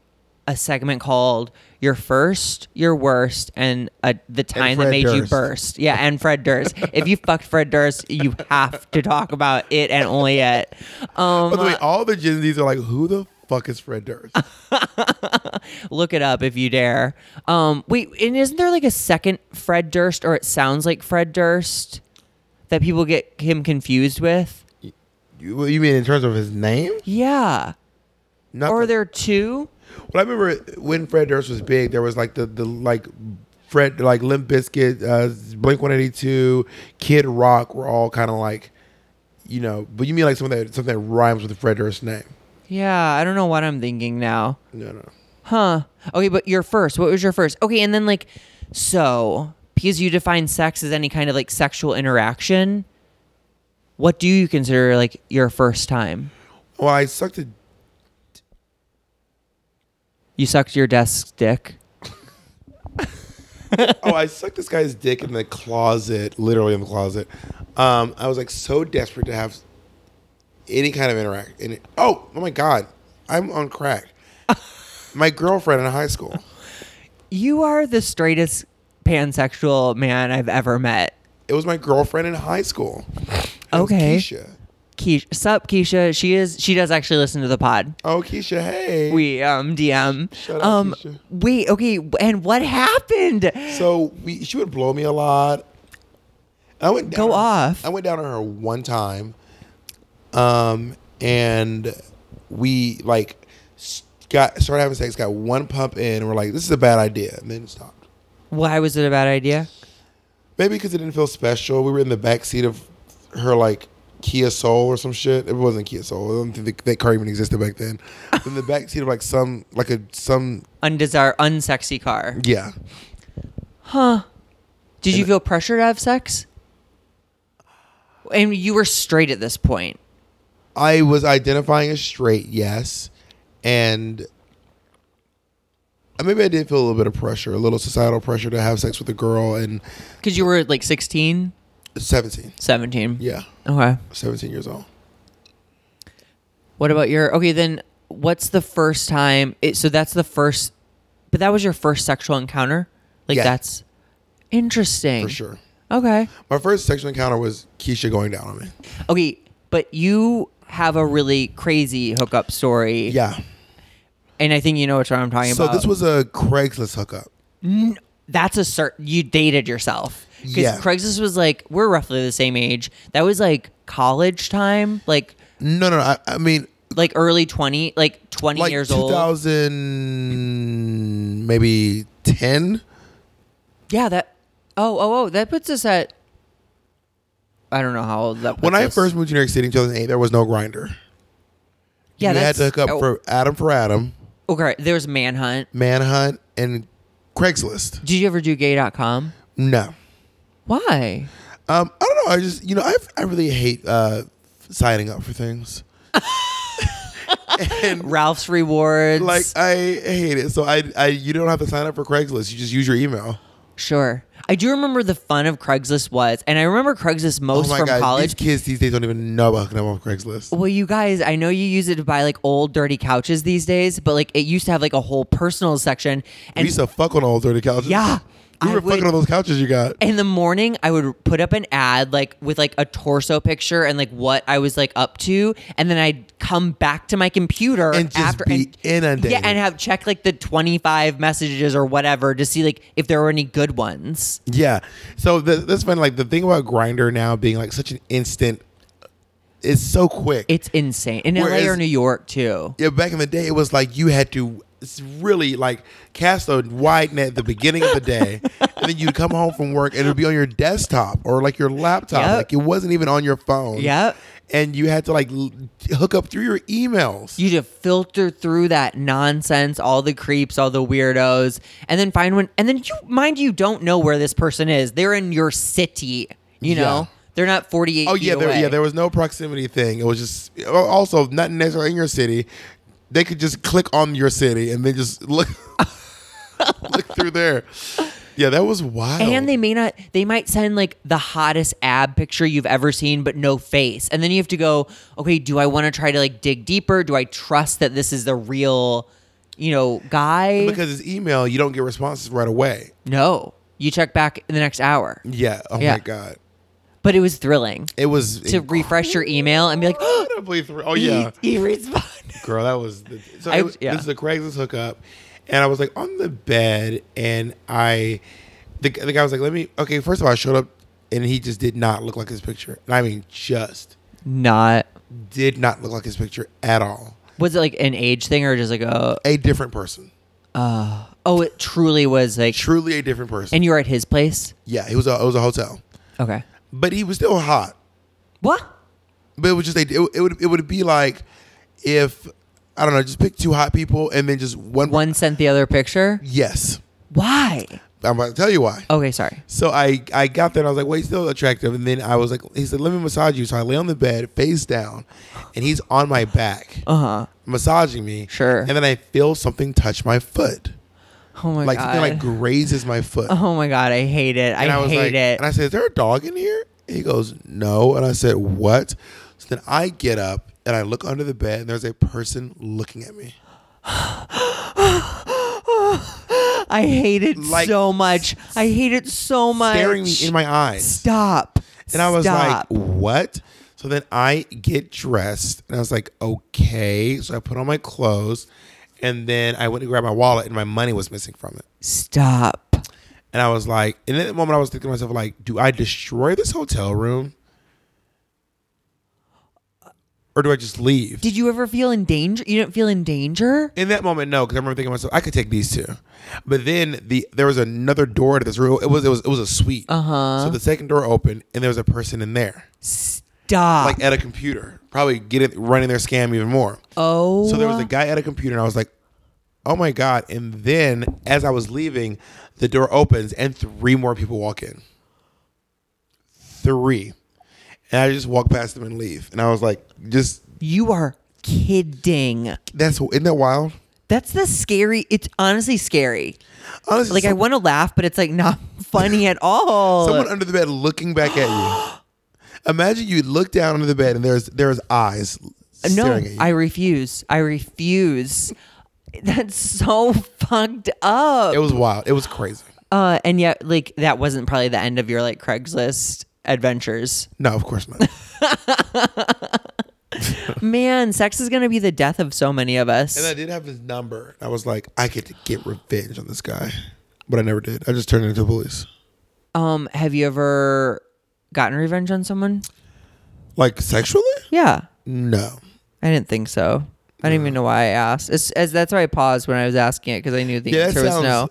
[SPEAKER 1] a segment called "Your First, Your Worst," and uh, the time that
[SPEAKER 3] Fred
[SPEAKER 1] made you
[SPEAKER 3] Durst.
[SPEAKER 1] burst. Yeah, and Fred Durst. if you fucked Fred Durst, you have to talk about it and only it. Um,
[SPEAKER 3] By the way, all the Gen Zs are like, "Who the fuck is Fred Durst?"
[SPEAKER 1] look it up if you dare. Um, wait, and isn't there like a second Fred Durst, or it sounds like Fred Durst, that people get him confused with?
[SPEAKER 3] you, what you mean in terms of his name?
[SPEAKER 1] Yeah.
[SPEAKER 3] Nothing.
[SPEAKER 1] Or are there two?
[SPEAKER 3] Well, I remember when Fred Durst was big, there was like the the like Fred like Limp Bizkit, uh, Blink One Eighty Two, Kid Rock were all kind of like, you know. But you mean like something that something that rhymes with Fred Durst's name?
[SPEAKER 1] Yeah, I don't know what I'm thinking now.
[SPEAKER 3] No, no.
[SPEAKER 1] Huh. Okay, but your first. What was your first? Okay, and then like so, because you define sex as any kind of like sexual interaction, what do you consider like your first time?
[SPEAKER 3] Well, Oh, I sucked a
[SPEAKER 1] You sucked your desk dick.
[SPEAKER 3] oh, I sucked this guy's dick in the closet, literally in the closet. Um, I was like so desperate to have any kind of interact. Any, oh, oh my god, I'm on crack. my girlfriend in high school.
[SPEAKER 1] You are the straightest pansexual man I've ever met.
[SPEAKER 3] It was my girlfriend in high school. It was
[SPEAKER 1] Okay.
[SPEAKER 3] Keisha.
[SPEAKER 1] Keisha, sup Keisha? She is she does actually listen to the pod.
[SPEAKER 3] Oh, Keisha. Hey.
[SPEAKER 1] We um DM.
[SPEAKER 3] Shout out,
[SPEAKER 1] um
[SPEAKER 3] Keisha.
[SPEAKER 1] wait, okay, and what happened?
[SPEAKER 3] so we, she would blow me a lot. I went down
[SPEAKER 1] Go
[SPEAKER 3] on-
[SPEAKER 1] off.
[SPEAKER 3] I went down on her one time, um, and we like s- got started having sex. Got one pump in, and we're like, "This is a bad idea," and then stopped.
[SPEAKER 1] Why was it a bad idea?
[SPEAKER 3] Maybe because it didn't feel special. We were in the back seat of her like Kia Soul or some shit. It wasn't Kia Soul. I don't think that car even existed back then. in the back seat of like some like a some
[SPEAKER 1] Undesire unsexy car.
[SPEAKER 3] yeah.
[SPEAKER 1] Did you feel pressure to have sex? And you were straight at this point.
[SPEAKER 3] I was identifying as straight, yes, and uh, maybe I did feel a little bit of pressure, a little societal pressure to have sex with a girl and
[SPEAKER 1] Because you were like 16,
[SPEAKER 3] 17.
[SPEAKER 1] 17.
[SPEAKER 3] Yeah,
[SPEAKER 1] Okay.
[SPEAKER 3] 17 years old.
[SPEAKER 1] What about your. Okay, then what's the first time? It, so that's the first. But that was your first sexual encounter? Like
[SPEAKER 3] Yeah.
[SPEAKER 1] that's interesting.
[SPEAKER 3] For sure.
[SPEAKER 1] Okay.
[SPEAKER 3] My first sexual encounter was Keisha going down on me.
[SPEAKER 1] Okay, but you have a really crazy hookup story.
[SPEAKER 3] Yeah.
[SPEAKER 1] And I think you know what I'm talking
[SPEAKER 3] So
[SPEAKER 1] about.
[SPEAKER 3] this was a Craigslist hookup.
[SPEAKER 1] that's a certain you dated yourself because
[SPEAKER 3] Yeah.
[SPEAKER 1] craigslist was like we're roughly the same age that was like college time like
[SPEAKER 3] No, no, no, I, I mean
[SPEAKER 1] like early 20 like 20
[SPEAKER 3] like
[SPEAKER 1] years old
[SPEAKER 3] 2000 maybe 10.
[SPEAKER 1] yeah that oh oh oh that puts us at i don't know how old that puts
[SPEAKER 3] When I
[SPEAKER 1] us.
[SPEAKER 3] first moved to New York City in 2008, there was no grinder.
[SPEAKER 1] yeah
[SPEAKER 3] you had to hook up
[SPEAKER 1] oh,
[SPEAKER 3] for Adam for Adam,
[SPEAKER 1] okay Oh, there was manhunt
[SPEAKER 3] Manhunt, and Craigslist.
[SPEAKER 1] did you ever do gay.com
[SPEAKER 3] No.
[SPEAKER 1] why
[SPEAKER 3] Um, I don't know. I just, you know, I, I really hate uh, signing up for things. and
[SPEAKER 1] ralph's rewards
[SPEAKER 3] like, uh, I hate it. So I, I, you don't have to sign up for Craigslist. You just use your email.
[SPEAKER 1] sure i do remember the fun of craigslist was and i remember craigslist most
[SPEAKER 3] oh my
[SPEAKER 1] from
[SPEAKER 3] God.
[SPEAKER 1] college
[SPEAKER 3] These kids these days don't even know about hooking up on Craigslist.
[SPEAKER 1] Well, you guys, I know you use it to buy like old dirty couches these days, but like it used to have like a whole personal section.
[SPEAKER 3] we
[SPEAKER 1] And
[SPEAKER 3] used to fuck on all dirty couches.
[SPEAKER 1] Yeah,
[SPEAKER 3] We
[SPEAKER 1] I
[SPEAKER 3] were
[SPEAKER 1] would-
[SPEAKER 3] fucking on those couches you got.
[SPEAKER 1] in the morning, I would put up an ad like with like a torso picture and like what I was like up to, and then I'd come back to my computer
[SPEAKER 3] And just
[SPEAKER 1] after
[SPEAKER 3] be inundated.
[SPEAKER 1] Yeah, and have check like the twenty five messages or whatever to see like if there were any good ones.
[SPEAKER 3] Yeah. So the, that's funny. Like the thing about Grinder now being like such an instant, it's so quick.
[SPEAKER 1] It's insane in LA or
[SPEAKER 3] Whereas-
[SPEAKER 1] New York too.
[SPEAKER 3] yeah, back in the day, it was like you had to s- really like cast a wide net at the beginning of the day, and then you'd come home from work and it would be on your desktop or like your laptop.
[SPEAKER 1] Yep.
[SPEAKER 3] Like it wasn't even on your phone.
[SPEAKER 1] Yep.
[SPEAKER 3] And you had to like l- hook up through your emails.
[SPEAKER 1] you to filter through that nonsense, all the creeps, all the weirdos, and then find one. And then you mind you don't know where this person is. They're in your city. You
[SPEAKER 3] Yeah.
[SPEAKER 1] know, they're not forty eight.
[SPEAKER 3] oh yeah, there, yeah. There was no proximity thing. It was just al- also not necessarily in your city. They could just click on your city and then just look look through there. Yeah, that was wild.
[SPEAKER 1] And they may not, they might send like the hottest ab picture you've ever seen, but no face. And then you have to go, okay, do I want to try to like dig deeper? Do I trust that this is the real, you know, guy?
[SPEAKER 3] because it's email, you don't get responses right away.
[SPEAKER 1] no, you check back in the next hour.
[SPEAKER 3] Yeah. Oh
[SPEAKER 1] Yeah.
[SPEAKER 3] my god.
[SPEAKER 1] But it was thrilling
[SPEAKER 3] It was
[SPEAKER 1] to refresh your email and be like, oh,
[SPEAKER 3] incredibly thr- Oh yeah,
[SPEAKER 1] he, he responded.
[SPEAKER 3] girl, that was. The, so
[SPEAKER 1] I-
[SPEAKER 3] it was-
[SPEAKER 1] yeah.
[SPEAKER 3] this is a Craigslist hookup, and I was like on the bed, and I, the, the guy was like, "Let me." Okay, first of all, I showed up, and he just did not look like his picture. And I mean, just
[SPEAKER 1] Not,
[SPEAKER 3] did not look like his picture at all.
[SPEAKER 1] was it like an age thing or just like a,
[SPEAKER 3] A different person,
[SPEAKER 1] oh, it truly was like,
[SPEAKER 3] truly a different person.
[SPEAKER 1] and you were at his place?
[SPEAKER 3] yeah, it was a it was a hotel,
[SPEAKER 1] Okay.
[SPEAKER 3] but he was still hot.
[SPEAKER 1] What?
[SPEAKER 3] But it was just they. It, it would it would be like if I don't know, just pick two hot people and then just one.
[SPEAKER 1] One sent the other picture?
[SPEAKER 3] Yes,
[SPEAKER 1] Why?
[SPEAKER 3] I'm about to tell you why.
[SPEAKER 1] Okay, sorry.
[SPEAKER 3] So I I got there and I was like, wait, he's still attractive. And then I was like, he said, let me massage you. So I lay on the bed, face down, and he's on my back,
[SPEAKER 1] Uh huh.
[SPEAKER 3] massaging me.
[SPEAKER 1] Sure.
[SPEAKER 3] And then I feel something touch my foot,
[SPEAKER 1] Oh my
[SPEAKER 3] like
[SPEAKER 1] god.
[SPEAKER 3] something like grazes my foot.
[SPEAKER 1] oh my god, I hate it. I,
[SPEAKER 3] And was
[SPEAKER 1] hate
[SPEAKER 3] like,
[SPEAKER 1] it.
[SPEAKER 3] And I said, is there a dog in here? He goes, no. And I said, what? So then I get up and I look under the bed and there's a person looking at me.
[SPEAKER 1] I, hate it
[SPEAKER 3] like,
[SPEAKER 1] so much. I hate it so much.
[SPEAKER 3] Staring me in my eyes.
[SPEAKER 1] Stop.
[SPEAKER 3] And I was
[SPEAKER 1] Stop.
[SPEAKER 3] like, what? So then I get dressed and I was like, okay. So I put on my clothes and then I went to grab my wallet and my money was missing from it.
[SPEAKER 1] stop.
[SPEAKER 3] And I was like, and then at the moment I was thinking to myself, like, do I destroy this hotel room? Or do I just leave?
[SPEAKER 1] Did you ever feel in danger? You didn't feel in danger?
[SPEAKER 3] in that moment, no, because I remember thinking to myself, I could take these two. But then the there was another door to this room. It was it was it was a suite. Uh-huh. So the second door opened and there was a person in there.
[SPEAKER 1] Stop.
[SPEAKER 3] like eh, at a computer, probably getting running their scam even more.
[SPEAKER 1] oh.
[SPEAKER 3] So there was a guy at a computer, and I was like, "Oh my god!" And then as I was leaving, the door opens, and three more people walk in. Three, and I just walk past them and leave. And I was like, "Just
[SPEAKER 1] you are kidding.
[SPEAKER 3] that's isn't that wild?"
[SPEAKER 1] That's the scary. It's honestly scary.
[SPEAKER 3] Honestly,
[SPEAKER 1] Like I
[SPEAKER 3] some-
[SPEAKER 1] want to laugh, but it's like not funny at all.
[SPEAKER 3] someone under the bed looking back at you. Imagine you look down under the bed, and there's there's eyes
[SPEAKER 1] Uh, No,
[SPEAKER 3] staring at you.
[SPEAKER 1] I refuse. I refuse. That's so fucked up.
[SPEAKER 3] it was wild. It was crazy.
[SPEAKER 1] Uh, and yet, like that wasn't probably the end of your like Craigslist adventures.
[SPEAKER 3] No, of course not.
[SPEAKER 1] Man, sex is gonna be the death of so many of us.
[SPEAKER 3] And I did have his number. I was like, I get to get revenge on this guy. But I never did. I just turned into police.
[SPEAKER 1] um, have you ever gotten revenge on someone?
[SPEAKER 3] Like sexually?
[SPEAKER 1] Yeah,
[SPEAKER 3] No.
[SPEAKER 1] I didn't think so. I don't even know why I asked. It's, as that's why I paused when I was asking it because I knew the
[SPEAKER 3] Yeah, that
[SPEAKER 1] answer was
[SPEAKER 3] sounds
[SPEAKER 1] no.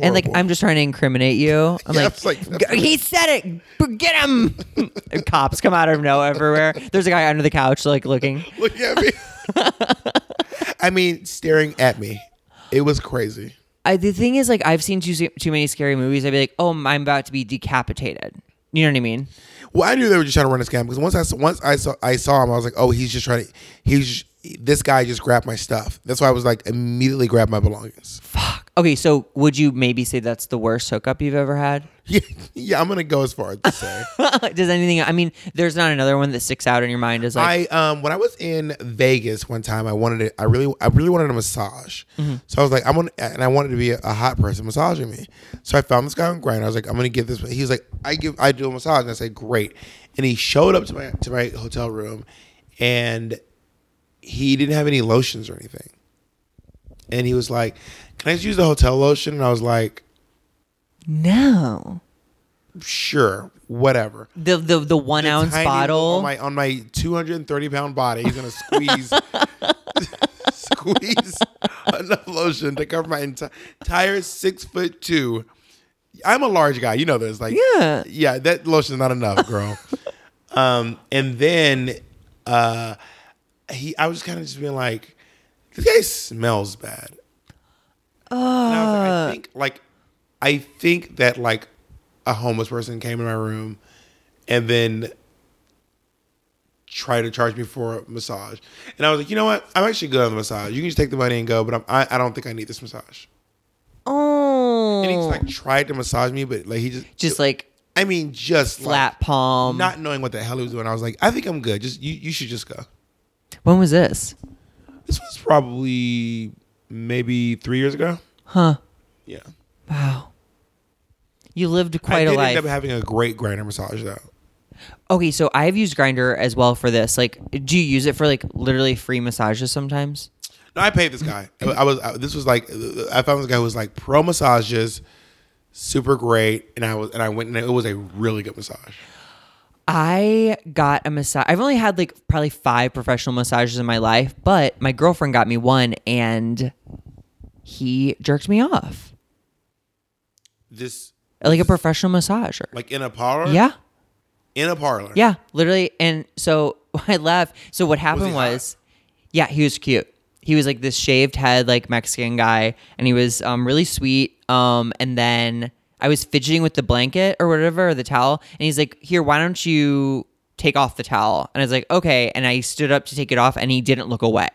[SPEAKER 1] And like
[SPEAKER 3] horrible.
[SPEAKER 1] I'm just trying to incriminate you. I'm
[SPEAKER 3] Yeah,
[SPEAKER 1] like,
[SPEAKER 3] it's like-
[SPEAKER 1] "G- he said it. B- Get him! Cops come out of nowhere everywhere. There's a guy under the couch like looking.
[SPEAKER 3] Look at me. I mean, staring at me. It was crazy.
[SPEAKER 1] I, the thing is, like, I've seen too too many scary movies. I'd be like, oh, I'm about to be decapitated. You know what I mean?
[SPEAKER 3] Well, I knew they were just trying to run a scam because once I saw, once I saw I saw him, I was like, oh, he's just trying to. He's this guy just grabbed my stuff. That's why I was like immediately grabbed my belongings.
[SPEAKER 1] Fuck. Okay, so would you maybe say that's the worst hookup you've ever had?
[SPEAKER 3] Yeah, yeah. I'm gonna go as far as to say.
[SPEAKER 1] Does anything? I mean, there's not another one that sticks out in your mind as like,
[SPEAKER 3] I um when I was in Vegas one time, I wanted it. I really, I really wanted a massage. So I was like, I want, and I wanted to be a, a hot person massaging me. So I found this guy on Grind. I was like, I'm gonna give this. He was like, I give, I do a massage. And I said, great. And he showed up to my to my hotel room, and he didn't have any lotions or anything. And he was like, can I just use the hotel lotion? And I was like,
[SPEAKER 1] no.
[SPEAKER 3] sure, whatever.
[SPEAKER 1] The the the one ounce
[SPEAKER 3] tiny
[SPEAKER 1] bottle.
[SPEAKER 3] little- on my on my 230 pound body. He's gonna squeeze squeeze enough lotion to cover my enti- entire six foot two. I'm a large guy, you know this. Like
[SPEAKER 1] Yeah.
[SPEAKER 3] yeah, that lotion's not enough, girl. um, and then uh, he, I was kind of just being like, this guy smells bad. And I, was like, I think like I think that like a homeless person came in my room and then tried to charge me for a massage. And I was like, you know what? I'm actually good on the massage. You can just take the money and go, but I'm, I, I don't think I need this massage.
[SPEAKER 1] oh,
[SPEAKER 3] and he just like tried to massage me, but like he just,
[SPEAKER 1] Just like
[SPEAKER 3] I mean, just
[SPEAKER 1] flat
[SPEAKER 3] like,
[SPEAKER 1] palm.
[SPEAKER 3] not knowing what the hell he was doing. I was like, I think I'm good. Just you, you should just go.
[SPEAKER 1] when was this?
[SPEAKER 3] This was probably maybe three years ago.
[SPEAKER 1] Huh.
[SPEAKER 3] Yeah,
[SPEAKER 1] Wow. You lived
[SPEAKER 3] I
[SPEAKER 1] quite a
[SPEAKER 3] did
[SPEAKER 1] life.
[SPEAKER 3] end up having a great grinder massage though.
[SPEAKER 1] okay, so I've used Grinder as well for this. Like, do you use it for like literally free massages sometimes?
[SPEAKER 3] No, I paid this guy. I- I was I, this was like I found this guy who was like pro massages, super great, and I was and I went and it was a really good massage.
[SPEAKER 1] I got a massage. I've only had like probably five professional massages in my life, but my girlfriend got me one and he jerked me off
[SPEAKER 3] This
[SPEAKER 1] like a professional massager.
[SPEAKER 3] like in a parlor.
[SPEAKER 1] Yeah.
[SPEAKER 3] in a parlor.
[SPEAKER 1] Yeah, literally. And so I left. So what happened
[SPEAKER 3] he hot?
[SPEAKER 1] was, yeah, he was cute. He was like this shaved head, like Mexican guy, and he was um, really sweet. Um, and then I was fidgeting with the blanket or whatever, or the towel, and he's like, "Here, why don't you take off the towel?" And I was like, "Okay." And I stood up to take it off, and he didn't look away.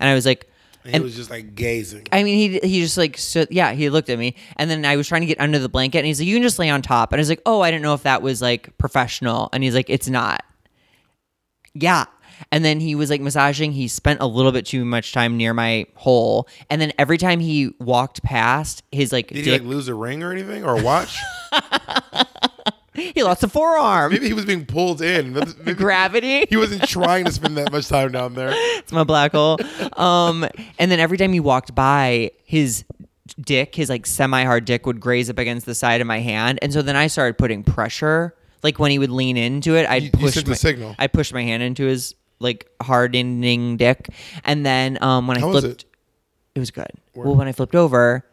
[SPEAKER 1] And I was like,
[SPEAKER 3] and, he was just like gazing.
[SPEAKER 1] I mean, he he just like stood, yeah, he looked at me, and then I was trying to get under the blanket, and he's like, "You can just lay on top," and I was like, "Oh, I didn't know if that was like professional," and he's like, "It's not." Yeah. And then he was like massaging. He spent a little bit too much time near my hole. And then every time he walked past, his like
[SPEAKER 3] Did he
[SPEAKER 1] dick,
[SPEAKER 3] like lose a ring or anything or a watch?
[SPEAKER 1] he lost a forearm.
[SPEAKER 3] Maybe he was being pulled in. Maybe
[SPEAKER 1] Gravity.
[SPEAKER 3] he wasn't trying to spend that much time down there.
[SPEAKER 1] it's my black hole. Um, and then every time he walked by, his dick, his like semi hard dick, would graze up against the side of my hand, and so then I started putting pressure. Like when he would lean into it, I'd
[SPEAKER 3] you
[SPEAKER 1] push
[SPEAKER 3] sent the
[SPEAKER 1] my,
[SPEAKER 3] signal.
[SPEAKER 1] I pushed my hand into his like hardening dick, and then um, when I
[SPEAKER 3] How was
[SPEAKER 1] flipped,
[SPEAKER 3] it?
[SPEAKER 1] it was good. Well, when I flipped over,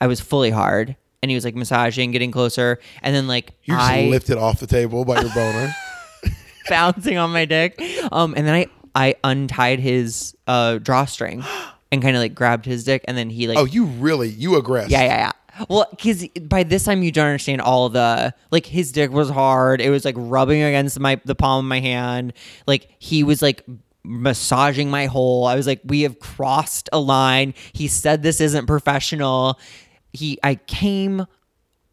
[SPEAKER 1] I was fully hard, and he was like massaging, getting closer, and then like
[SPEAKER 3] You just
[SPEAKER 1] I
[SPEAKER 3] lifted off the table by your boner.
[SPEAKER 1] bouncing on my dick. Um, and then I I untied his uh drawstring and kind of like grabbed his dick, and then he like
[SPEAKER 3] oh, you really you aggressed.
[SPEAKER 1] yeah yeah yeah. Well, because by this time you don't understand all the like his dick was hard. It was like rubbing against my the palm of my hand. Like he was like massaging my hole. I was like, we have crossed a line. He said this isn't professional. He I came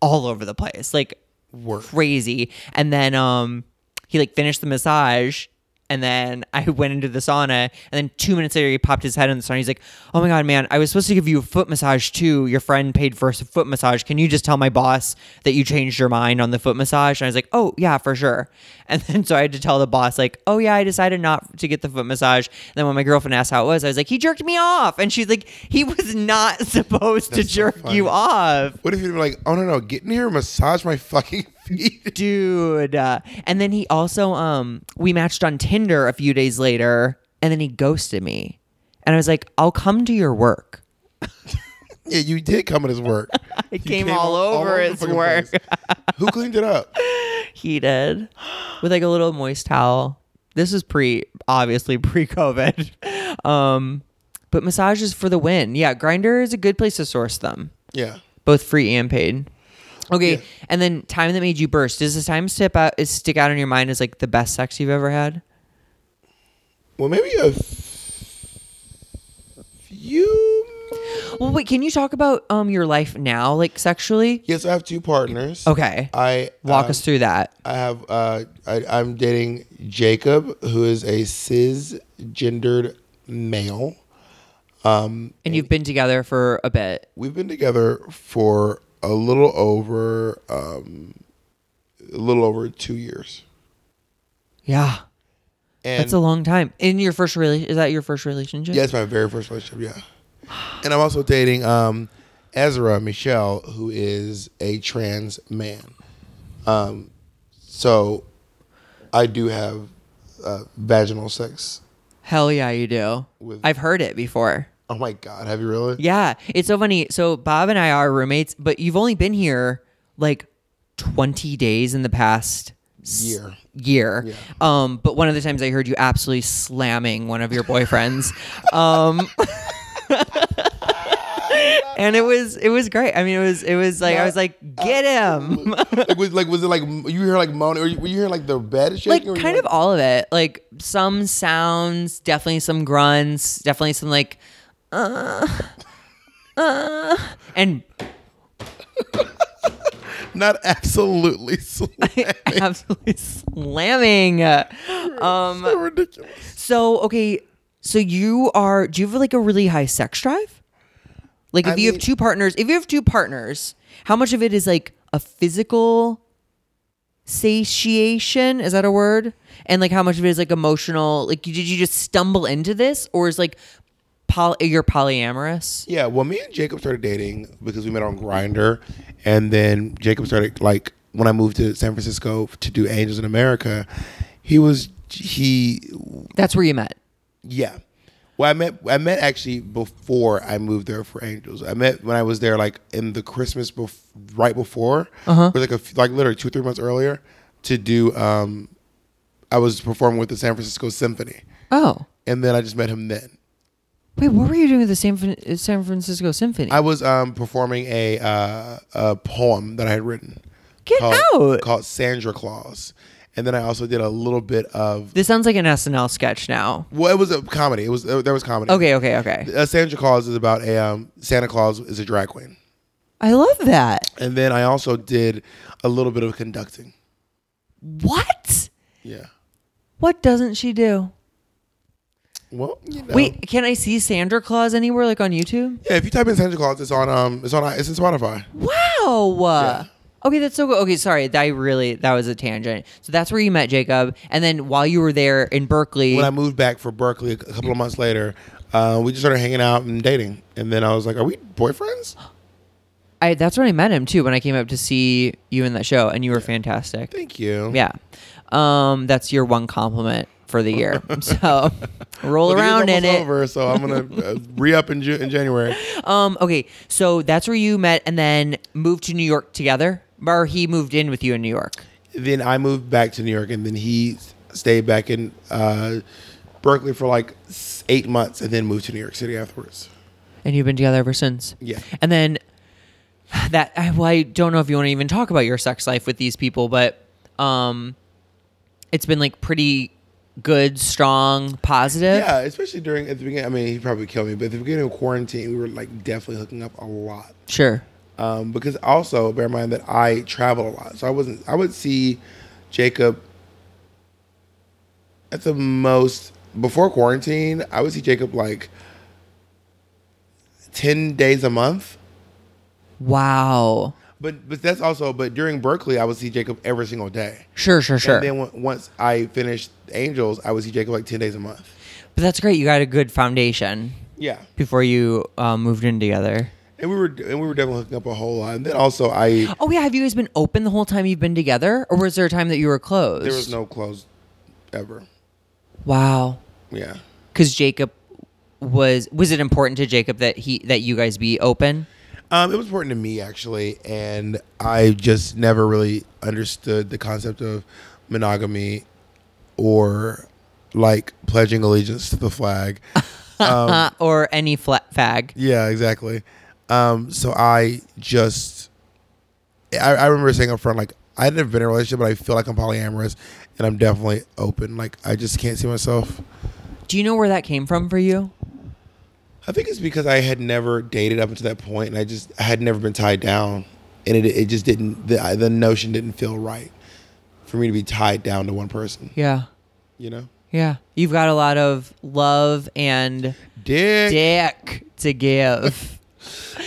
[SPEAKER 1] all over the place. Like
[SPEAKER 3] Work.
[SPEAKER 1] crazy. And then um he like finished the massage and then I went into the sauna and then two minutes later he popped his head in the sauna. He's like, Oh my god, man, I was supposed to give you a foot massage too. Your friend paid for a foot massage. Can you just tell my boss that you changed your mind on the foot massage? And I was like, Oh yeah, for sure. And then so I had to tell the boss, like, Oh yeah, I decided not to get the foot massage. And then when my girlfriend asked how it was, I was like, He jerked me off. And she's like, He was not supposed to
[SPEAKER 3] That's so
[SPEAKER 1] jerk you
[SPEAKER 3] funny.
[SPEAKER 1] off.
[SPEAKER 3] What if you'd be like, oh no no, get in here, and massage my fucking feet.
[SPEAKER 1] dude. Uh, and then he also um we matched on Tinder a few days later, and then he ghosted me, and I was like, I'll come to your work.
[SPEAKER 3] yeah, you did come at his work.
[SPEAKER 1] It
[SPEAKER 3] You
[SPEAKER 1] came, all, over
[SPEAKER 3] the
[SPEAKER 1] his
[SPEAKER 3] fucking
[SPEAKER 1] work.
[SPEAKER 3] place. Who cleaned it up?
[SPEAKER 1] he did with like a little moist towel. This is pre, obviously pre COVID. Um, but massages for the win. Yeah, Grinder is a good place to source them.
[SPEAKER 3] Yeah.
[SPEAKER 1] both free and paid. Okay,
[SPEAKER 3] Yeah.
[SPEAKER 1] and then time that made you burst. Does this time step out is stick out in your mind as like the best sex you've ever had?
[SPEAKER 3] Well, maybe a few.
[SPEAKER 1] Well, wait, can you talk about um your life now, like sexually?
[SPEAKER 3] Yes, I have two partners.
[SPEAKER 1] Okay,
[SPEAKER 3] I
[SPEAKER 1] walk
[SPEAKER 3] um,
[SPEAKER 1] us through that.
[SPEAKER 3] I have. Uh, I, I'm dating Jacob, who is a cisgendered male.
[SPEAKER 1] And you've been together for a bit.
[SPEAKER 3] We've been together for a little over, um, a little over two years.
[SPEAKER 1] Yeah,
[SPEAKER 3] And
[SPEAKER 1] that's a long time. In your first rela- is that your first relationship?
[SPEAKER 3] Yeah, it's my very first relationship. Yeah, and I'm also dating um, Ezra Michelle, who is a trans man. Um, so I do have uh, vaginal sex.
[SPEAKER 1] Hell yeah, you do.
[SPEAKER 3] With-
[SPEAKER 1] I've heard it before.
[SPEAKER 3] Oh my god, have you really?
[SPEAKER 1] Yeah, it's so funny. So Bob and I are roommates, but you've only been here like 20 days in the past s-
[SPEAKER 3] Year.
[SPEAKER 1] Year.
[SPEAKER 3] Yeah.
[SPEAKER 1] Um, but one of the times I heard you absolutely slamming one of your boyfriends. um And it was it was great. I mean, it was it was like I was like, get him,
[SPEAKER 3] like, was, like was it like you hear like moaning? Or were you hear like the bed shaking?
[SPEAKER 1] like
[SPEAKER 3] or you
[SPEAKER 1] kind of all of it. Like some sounds, definitely some grunts, definitely some like, uh, uh, and
[SPEAKER 3] not absolutely slamming.
[SPEAKER 1] Absolutely slamming. Um,
[SPEAKER 3] so ridiculous.
[SPEAKER 1] so okay, so you are. Do you have like a really high sex drive? Like if
[SPEAKER 3] I
[SPEAKER 1] you
[SPEAKER 3] mean-
[SPEAKER 1] have two partners, if you have two partners, how much of it is like a physical satiation? Is that a word? And like how much of it is like emotional? Like did you just stumble into this, or is like poly- you're polyamorous?
[SPEAKER 3] Yeah, well, me and Jacob started dating because we met on Grinder, and then Jacob started like when I moved to San Francisco to do Angels in America. He was he
[SPEAKER 1] That's where you met.
[SPEAKER 3] yeah. Well, I met I met actually before I moved there for Angels. I met when I was there like in the Christmas bef- right before, uh-huh. or like a f- like literally two three months earlier to do. um I was performing with the San Francisco Symphony,
[SPEAKER 1] Oh.
[SPEAKER 3] and then I just met him then.
[SPEAKER 1] Wait, what were you doing at the San, Fran- San Francisco Symphony?
[SPEAKER 3] I was um, performing a uh, a poem that I had written.
[SPEAKER 1] Get
[SPEAKER 3] called,
[SPEAKER 1] out.
[SPEAKER 3] Called Sandra Claus, and then I also did a little bit of.
[SPEAKER 1] this sounds like an SNL sketch now.
[SPEAKER 3] Well, it was a comedy. It was uh, there was comedy.
[SPEAKER 1] Okay, okay, okay.
[SPEAKER 3] Uh, Sandra Claus is about a um, Santa Claus is a drag queen,
[SPEAKER 1] I love that.
[SPEAKER 3] and then I also did a little bit of conducting.
[SPEAKER 1] What?
[SPEAKER 3] Yeah.
[SPEAKER 1] What doesn't she do?
[SPEAKER 3] Well, you know.
[SPEAKER 1] Wait, can I see Sandra Claus anywhere, like on YouTube?
[SPEAKER 3] Yeah, if you type in Santa Claus, it's on um, it's on it's in Spotify.
[SPEAKER 1] Wow. Okay, that's so good. Okay, sorry. I really, that was a tangent. So that's where you met Jacob. And then while you were there in Berkeley,
[SPEAKER 3] When I moved back for Berkeley a couple of months later, uh, we just started hanging out and dating, and then I was like, "Are we boyfriends?"
[SPEAKER 1] I, that's when I met him too, when I came up to see you in that show, and you were fantastic.
[SPEAKER 3] Thank you.
[SPEAKER 1] Yeah. Um, that's your one compliment for the year. So roll
[SPEAKER 3] Well, the year's
[SPEAKER 1] around in
[SPEAKER 3] almost
[SPEAKER 1] it.
[SPEAKER 3] Over, so I'm gonna uh, re up in, Ju- in January.
[SPEAKER 1] Um, okay. So that's where you met and then moved to New York together. Or he moved in with you in New York.
[SPEAKER 3] Then I moved back to New York, and then he stayed back in uh, Berkeley for like s- eight months, and then moved to New York City afterwards.
[SPEAKER 1] And you've been together ever since.
[SPEAKER 3] Yeah.
[SPEAKER 1] And then that I, well, I don't know if you want to even talk about your sex life with these people, but um it's been like pretty good, strong, positive.
[SPEAKER 3] Yeah, especially during at the beginning. I mean, he probably killed me, but at the beginning of quarantine, we were like definitely hooking up a lot.
[SPEAKER 1] Sure.
[SPEAKER 3] um, because also bear in mind that I travel a lot, so I wasn't. I would see Jacob at the most before quarantine. I would see Jacob like ten days a month,
[SPEAKER 1] Wow.
[SPEAKER 3] but but that's also. But during Berkeley, I would see Jacob every single day.
[SPEAKER 1] Sure, sure, sure.
[SPEAKER 3] And then w- once I finished Angels, I would see Jacob like ten days a month.
[SPEAKER 1] but that's great. You got a good foundation.
[SPEAKER 3] Yeah,
[SPEAKER 1] before you um, moved in together.
[SPEAKER 3] and we were and we were definitely hooking up a whole lot. And then also I
[SPEAKER 1] Oh yeah, have you guys been open the whole time you've been together, or was there a time that you were closed?
[SPEAKER 3] there was no clothes ever.
[SPEAKER 1] Wow,
[SPEAKER 3] Yeah.
[SPEAKER 1] because Jacob was was it important to Jacob that he that you guys be open?
[SPEAKER 3] Um, it was important to me actually, and I just never really understood the concept of monogamy or like pledging allegiance to the flag. Um,
[SPEAKER 1] uh, or any flat fag?
[SPEAKER 3] yeah, exactly. Um, so I just, I, I remember saying up front like I'd never been in a relationship, but I feel like I'm polyamorous, and I'm definitely open. Like I just can't see myself.
[SPEAKER 1] Do you know where that came from for you?
[SPEAKER 3] I think it's because I had never dated up until that point, and I just I had never been tied down, and it it just didn't the I- the notion didn't feel right for me to be tied down to one person.
[SPEAKER 1] Yeah,
[SPEAKER 3] You know,
[SPEAKER 1] yeah. You've got a lot of love and
[SPEAKER 3] dick.
[SPEAKER 1] dick to
[SPEAKER 3] Uh,
[SPEAKER 1] give.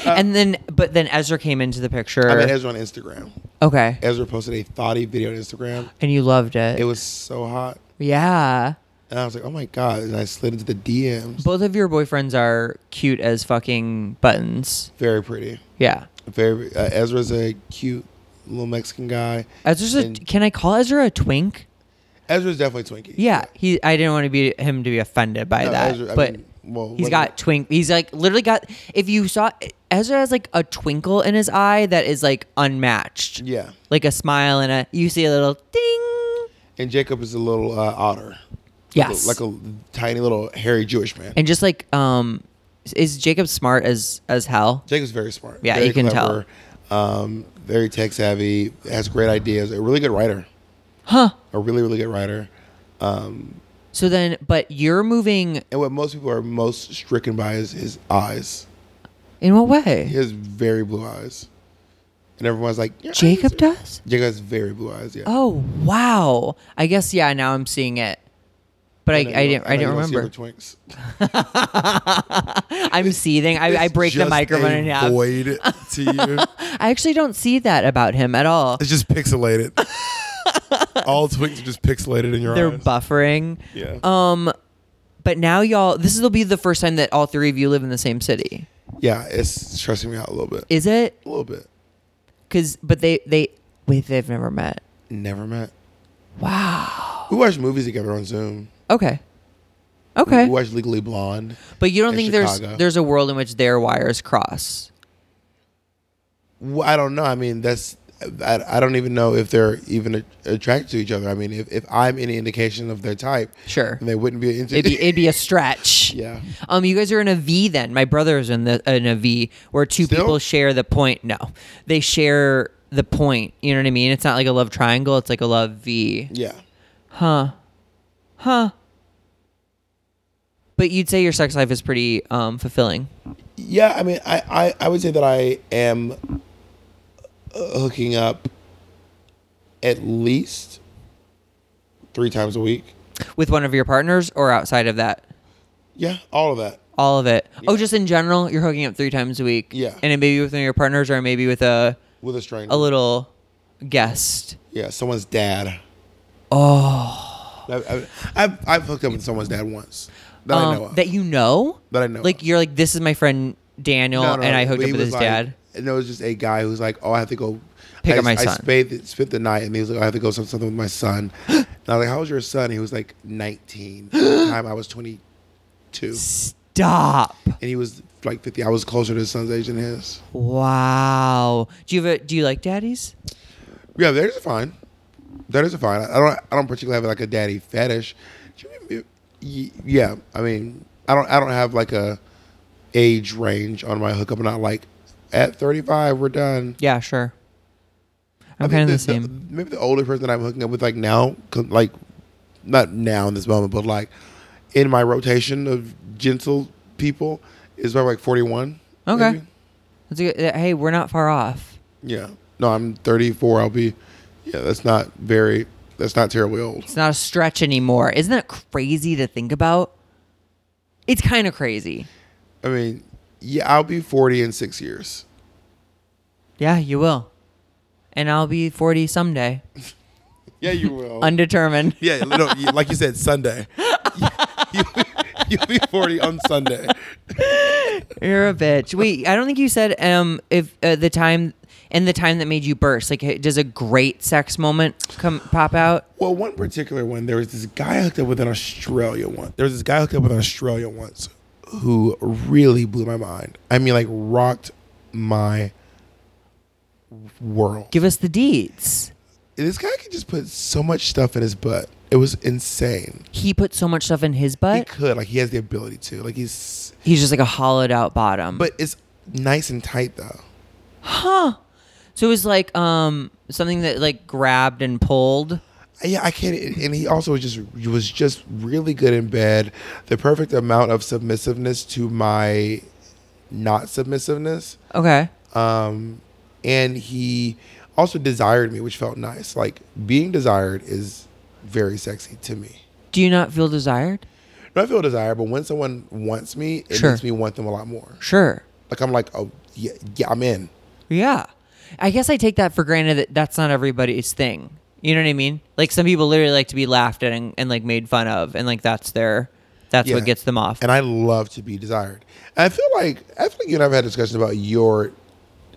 [SPEAKER 1] and then, but then Ezra came into the picture.
[SPEAKER 3] I met Ezra on Instagram.
[SPEAKER 1] okay,
[SPEAKER 3] Ezra posted a thoughty video on Instagram.
[SPEAKER 1] and you loved it.
[SPEAKER 3] It was so hot,
[SPEAKER 1] yeah.
[SPEAKER 3] and I was like, oh my god! And I slid into the DMs.
[SPEAKER 1] Both of your boyfriends are cute as fucking buttons.
[SPEAKER 3] Very pretty.
[SPEAKER 1] Yeah.
[SPEAKER 3] Very. Uh, Ezra's a cute little Mexican guy.
[SPEAKER 1] Ezra's a,
[SPEAKER 3] And-
[SPEAKER 1] can I call Ezra a twink?
[SPEAKER 3] Ezra's definitely twinkie.
[SPEAKER 1] Yeah, he. I didn't want to be him to be offended by
[SPEAKER 3] No,
[SPEAKER 1] that,
[SPEAKER 3] Ezra- I
[SPEAKER 1] but
[SPEAKER 3] mean, well,
[SPEAKER 1] he's
[SPEAKER 3] what-
[SPEAKER 1] got twink. He's like literally got. If you saw Ezra has like a twinkle in his eye that is like unmatched.
[SPEAKER 3] Yeah.
[SPEAKER 1] like a smile and a you see a little ding.
[SPEAKER 3] And Jacob is a little uh, otter.
[SPEAKER 1] Yes,
[SPEAKER 3] Like a, like a tiny little hairy Jewish man.
[SPEAKER 1] and just like um, is Jacob smart as as hell?
[SPEAKER 3] Jacob's very smart.
[SPEAKER 1] Yeah,
[SPEAKER 3] very
[SPEAKER 1] you can tell.
[SPEAKER 3] tell. Um, very tech savvy, has great ideas. A really good writer.
[SPEAKER 1] Huh.
[SPEAKER 3] A really really good writer.
[SPEAKER 1] So then, but you're moving
[SPEAKER 3] And what most people are most stricken by is his eyes.
[SPEAKER 1] in what way?
[SPEAKER 3] He has very blue eyes. and everyone's like, "Your eyes
[SPEAKER 1] Jacob
[SPEAKER 3] are-"
[SPEAKER 1] does?
[SPEAKER 3] Jacob has very blue eyes. Yeah.
[SPEAKER 1] Oh wow! I guess yeah. Now I'm seeing it, but I, I,
[SPEAKER 3] know you
[SPEAKER 1] didn't.
[SPEAKER 3] don't-
[SPEAKER 1] I
[SPEAKER 3] know
[SPEAKER 1] didn't
[SPEAKER 3] you don't see
[SPEAKER 1] remember.
[SPEAKER 3] the twinks.
[SPEAKER 1] I'm seething. I, I
[SPEAKER 3] It's
[SPEAKER 1] break the
[SPEAKER 3] just
[SPEAKER 1] microphone
[SPEAKER 3] a
[SPEAKER 1] in half.
[SPEAKER 3] Void to you.
[SPEAKER 1] I actually don't see that about him at all.
[SPEAKER 3] It's just pixelated. All twinks are just pixelated in your
[SPEAKER 1] They're
[SPEAKER 3] eyes.
[SPEAKER 1] buffering.
[SPEAKER 3] Yeah.
[SPEAKER 1] Um, but now y'all, this will be the first time that all three of you live in the same city.
[SPEAKER 3] yeah, it's stressing me out a little bit.
[SPEAKER 1] Is it?
[SPEAKER 3] a little bit.
[SPEAKER 1] Because but they they wait they've never met.
[SPEAKER 3] Never met.
[SPEAKER 1] Wow.
[SPEAKER 3] We watched movies together on Zoom.
[SPEAKER 1] Okay. Okay.
[SPEAKER 3] We watched Legally Blonde.
[SPEAKER 1] But you don't
[SPEAKER 3] in
[SPEAKER 1] think
[SPEAKER 3] Chicago.
[SPEAKER 1] there's there's a world in which their wires cross.
[SPEAKER 3] Well, I don't know. I mean, that's I, I don't even know if they're even a- attracted to each other. I mean, if, if I'm any indication of their type,
[SPEAKER 1] Sure.
[SPEAKER 3] then they wouldn't be into.
[SPEAKER 1] It'd be it'd be a stretch.
[SPEAKER 3] yeah,
[SPEAKER 1] Um, you guys are in a V then. My brother's in the in a V where two
[SPEAKER 3] Still?
[SPEAKER 1] people share the point. No, they share the point. You know what I mean? It's not like a love triangle. It's like a love V.
[SPEAKER 3] yeah.
[SPEAKER 1] Huh. Huh. But you'd say your sex life is pretty um, fulfilling.
[SPEAKER 3] Yeah, I mean, I, I, I would say that I am uh, hooking up at least three times a week.
[SPEAKER 1] With one of your partners or outside of that?
[SPEAKER 3] Yeah, all of that.
[SPEAKER 1] All of it. Oh, just in general, you're hooking up three times a week.
[SPEAKER 3] Yeah.
[SPEAKER 1] And it may be with one of your partners or maybe with a,
[SPEAKER 3] With a stranger.
[SPEAKER 1] a little guest.
[SPEAKER 3] Yeah, someone's dad. Oh. I've, I've, I've hooked up with someone's dad once that I
[SPEAKER 1] Um,
[SPEAKER 3] know of.
[SPEAKER 1] That you know?
[SPEAKER 3] That I know
[SPEAKER 1] Like,
[SPEAKER 3] of.
[SPEAKER 1] you're like, this is my friend Daniel,
[SPEAKER 3] No, no,
[SPEAKER 1] and I
[SPEAKER 3] but
[SPEAKER 1] hooked up
[SPEAKER 3] he
[SPEAKER 1] with
[SPEAKER 3] was
[SPEAKER 1] his
[SPEAKER 3] like-
[SPEAKER 1] dad.
[SPEAKER 3] And it was just a guy who's like, "Oh, I have to go
[SPEAKER 1] Pick
[SPEAKER 3] I,
[SPEAKER 1] up my
[SPEAKER 3] I
[SPEAKER 1] son."
[SPEAKER 3] Spent, the- spent the night, and he was like, "Oh, "I have to go some something with my son." and I was like, "How was your son?" He was like 19. At the time I was 22,
[SPEAKER 1] Stop.
[SPEAKER 3] and he was like 50. I was closer to his son's age than his.
[SPEAKER 1] Wow. Do you have a, do you like daddies?
[SPEAKER 3] Yeah, theirs are fine. Theirs are fine. I don't. I don't particularly have like a daddy fetish. Yeah, I mean, I don't. I don't have like a age range on my hookup. I'm not like at 35 we're done.
[SPEAKER 1] Yeah, sure.
[SPEAKER 3] I
[SPEAKER 1] I'm
[SPEAKER 3] think uh,
[SPEAKER 1] kind of the same.
[SPEAKER 3] maybe the older person that I'm hooking up with, like now, co- like not now in this moment, but like in my rotation of gentle people, is probably like 41.
[SPEAKER 1] Okay.
[SPEAKER 3] maybe.
[SPEAKER 1] That's a good, hey, we're not far off.
[SPEAKER 3] Yeah. No, I'm 34. I'll be. Yeah, that's not very. That's not terribly old.
[SPEAKER 1] It's not a stretch anymore. Isn't that crazy to think about? It's kind of crazy.
[SPEAKER 3] I mean, yeah, I'll be 40 in six years.
[SPEAKER 1] Yeah, you will. And I'll be 40 someday.
[SPEAKER 3] Yeah, you will.
[SPEAKER 1] Undetermined.
[SPEAKER 3] yeah, no, you- like you said, Sunday. you, will be 40 on Sunday.
[SPEAKER 1] You're a bitch. Wait, I don't think you said um if uh, the time and the time that made you burst. Like h- does a great sex moment come pop out?
[SPEAKER 3] Well, one particular one, there was this guy I hooked up with in Australia once. There was this guy I hooked up with in Australia once who really blew my mind. I mean, like, rocked my world.
[SPEAKER 1] Give us the deeds.
[SPEAKER 3] This guy could just put so much stuff in his butt. It was insane.
[SPEAKER 1] He put so much stuff in his
[SPEAKER 3] He
[SPEAKER 1] butt.
[SPEAKER 3] could. Like, he has the ability to. Like, he's.
[SPEAKER 1] He's just like a hollowed out bottom.
[SPEAKER 3] But it's nice and tight, though.
[SPEAKER 1] so it was like um something that like grabbed and pulled.
[SPEAKER 3] Yeah, I can't. and- And he also was just he was just really good in bed. The perfect amount of submissiveness to my not submissiveness.
[SPEAKER 1] Okay.
[SPEAKER 3] um, and he also desired me, which felt nice. Like being desired is very sexy to me.
[SPEAKER 1] Do you not feel desired?
[SPEAKER 3] No, I feel desire, but when someone wants me, it
[SPEAKER 1] Sure.
[SPEAKER 3] makes me want them a lot more.
[SPEAKER 1] Sure.
[SPEAKER 3] Like I'm like, oh yeah, yeah, I'm in.
[SPEAKER 1] Yeah. I guess I take that for granted that that's not everybody's thing. You know what I mean? Like some people literally like to be laughed at and, and like made fun of and like that's their that's
[SPEAKER 3] Yeah.
[SPEAKER 1] what gets them off.
[SPEAKER 3] and I love to be desired. And I feel like I feel like you and I've had discussions about your,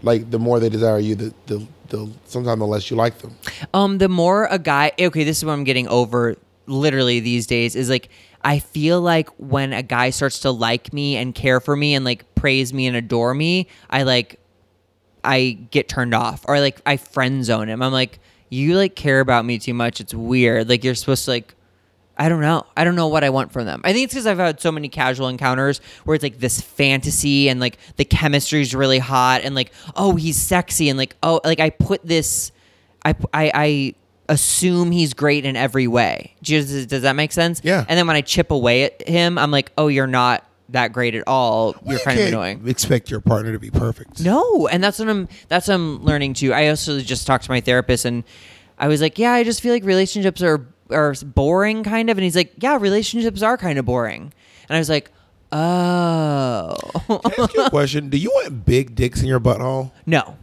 [SPEAKER 3] like the more they desire you, the the, the sometimes the less you like them.
[SPEAKER 1] Um, the more a guy, okay, this is what I'm getting over literally these days is like, I feel like when a guy starts to like me and care for me and like praise me and adore me, I like, I get turned off or like I friend zone him. I'm like, you like care about me too much. It's weird. Like, you're supposed to like, I don't know. I don't know what I want from them. I think it's because I've had so many casual encounters where it's like this fantasy and like the chemistry's really hot and like, oh, he's sexy and like, oh, like I put this, I, I, I assume he's great in every way. Does, does that make sense?
[SPEAKER 3] Yeah.
[SPEAKER 1] And then when I chip away at him, I'm like, oh, you're not that great at all, you're
[SPEAKER 3] You
[SPEAKER 1] kind of
[SPEAKER 3] can't
[SPEAKER 1] annoying.
[SPEAKER 3] Expect your partner to be perfect.
[SPEAKER 1] No, and that's what I'm that's what I'm learning too. I also just talked to my therapist and I was like, "Yeah, I just feel like relationships are are boring kind of." And he's like, "Yeah, relationships are kind of boring." And I was like, "Oh."
[SPEAKER 3] Ask you a question: Do you want big dicks in your butthole?
[SPEAKER 1] no.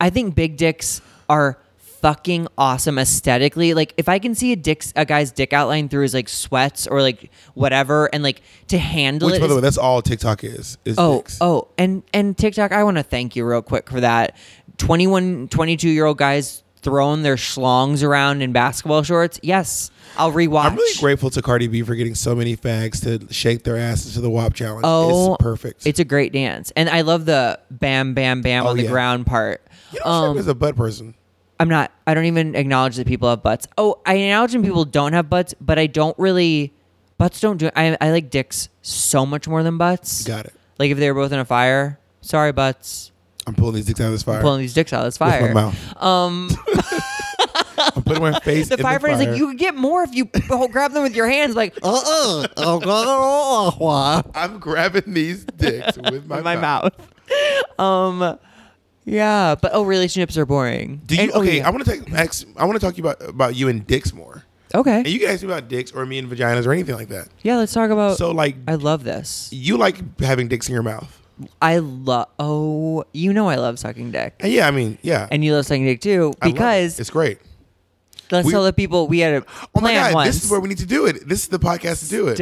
[SPEAKER 1] I think big dicks are fucking awesome aesthetically. Like if I can see a dick's a guy's dick outline through his like sweats or like whatever and like to handle
[SPEAKER 3] Which,
[SPEAKER 1] it
[SPEAKER 3] by the
[SPEAKER 1] is
[SPEAKER 3] way, that's all TikTok is. Is
[SPEAKER 1] Oh,
[SPEAKER 3] dicks.
[SPEAKER 1] oh, and and TikTok, I want to thank you real quick for that. 21, 22 year old guys throwing their schlongs around in basketball shorts. Yes, I'll rewatch.
[SPEAKER 3] I'm really grateful to Cardi B for getting so many fags to shake their asses to the WAP challenge.
[SPEAKER 1] Oh,
[SPEAKER 3] it's perfect.
[SPEAKER 1] It's a great dance, and I love the bam, bam, bam
[SPEAKER 3] Oh,
[SPEAKER 1] on the
[SPEAKER 3] yeah.
[SPEAKER 1] ground part.
[SPEAKER 3] you don't
[SPEAKER 1] um,
[SPEAKER 3] strike me as a butt person.
[SPEAKER 1] I'm not. I don't even acknowledge that people have butts. Oh, I acknowledge when people don't have butts, but I don't really. Butts don't do. I I like dicks so much more than butts.
[SPEAKER 3] Got it.
[SPEAKER 1] Like if they were both in a fire. Sorry, butts.
[SPEAKER 3] I'm pulling these dicks out of this fire.
[SPEAKER 1] Pulling these dicks out of this
[SPEAKER 3] with
[SPEAKER 1] fire.
[SPEAKER 3] my mouth. Um, I'm putting my face.
[SPEAKER 1] the
[SPEAKER 3] in
[SPEAKER 1] firefighter's
[SPEAKER 3] the fire.
[SPEAKER 1] like, you could get more if you oh, grab them with your hands. Like, uh uh
[SPEAKER 3] I'm grabbing these dicks with my,
[SPEAKER 1] my
[SPEAKER 3] mouth.
[SPEAKER 1] mouth. Um, yeah, but oh, relationships are boring.
[SPEAKER 3] Do you
[SPEAKER 1] And- oh,
[SPEAKER 3] okay?
[SPEAKER 1] yeah.
[SPEAKER 3] I want to take. Ask, I want to talk to you about about you and dicks more.
[SPEAKER 1] okay.
[SPEAKER 3] And you can ask me about dicks or me and vaginas or anything like that.
[SPEAKER 1] yeah, let's talk about.
[SPEAKER 3] So like,
[SPEAKER 1] I love this.
[SPEAKER 3] you like having dicks in your mouth.
[SPEAKER 1] I love. Oh, you know I love sucking dick,
[SPEAKER 3] And yeah, I mean, yeah.
[SPEAKER 1] and you love sucking dick too
[SPEAKER 3] I love it.
[SPEAKER 1] because
[SPEAKER 3] it's great.
[SPEAKER 1] let's
[SPEAKER 3] we-
[SPEAKER 1] tell the people we had a plan
[SPEAKER 3] Oh my god,
[SPEAKER 1] once.
[SPEAKER 3] this is where we need to do it. This is the podcast to do it.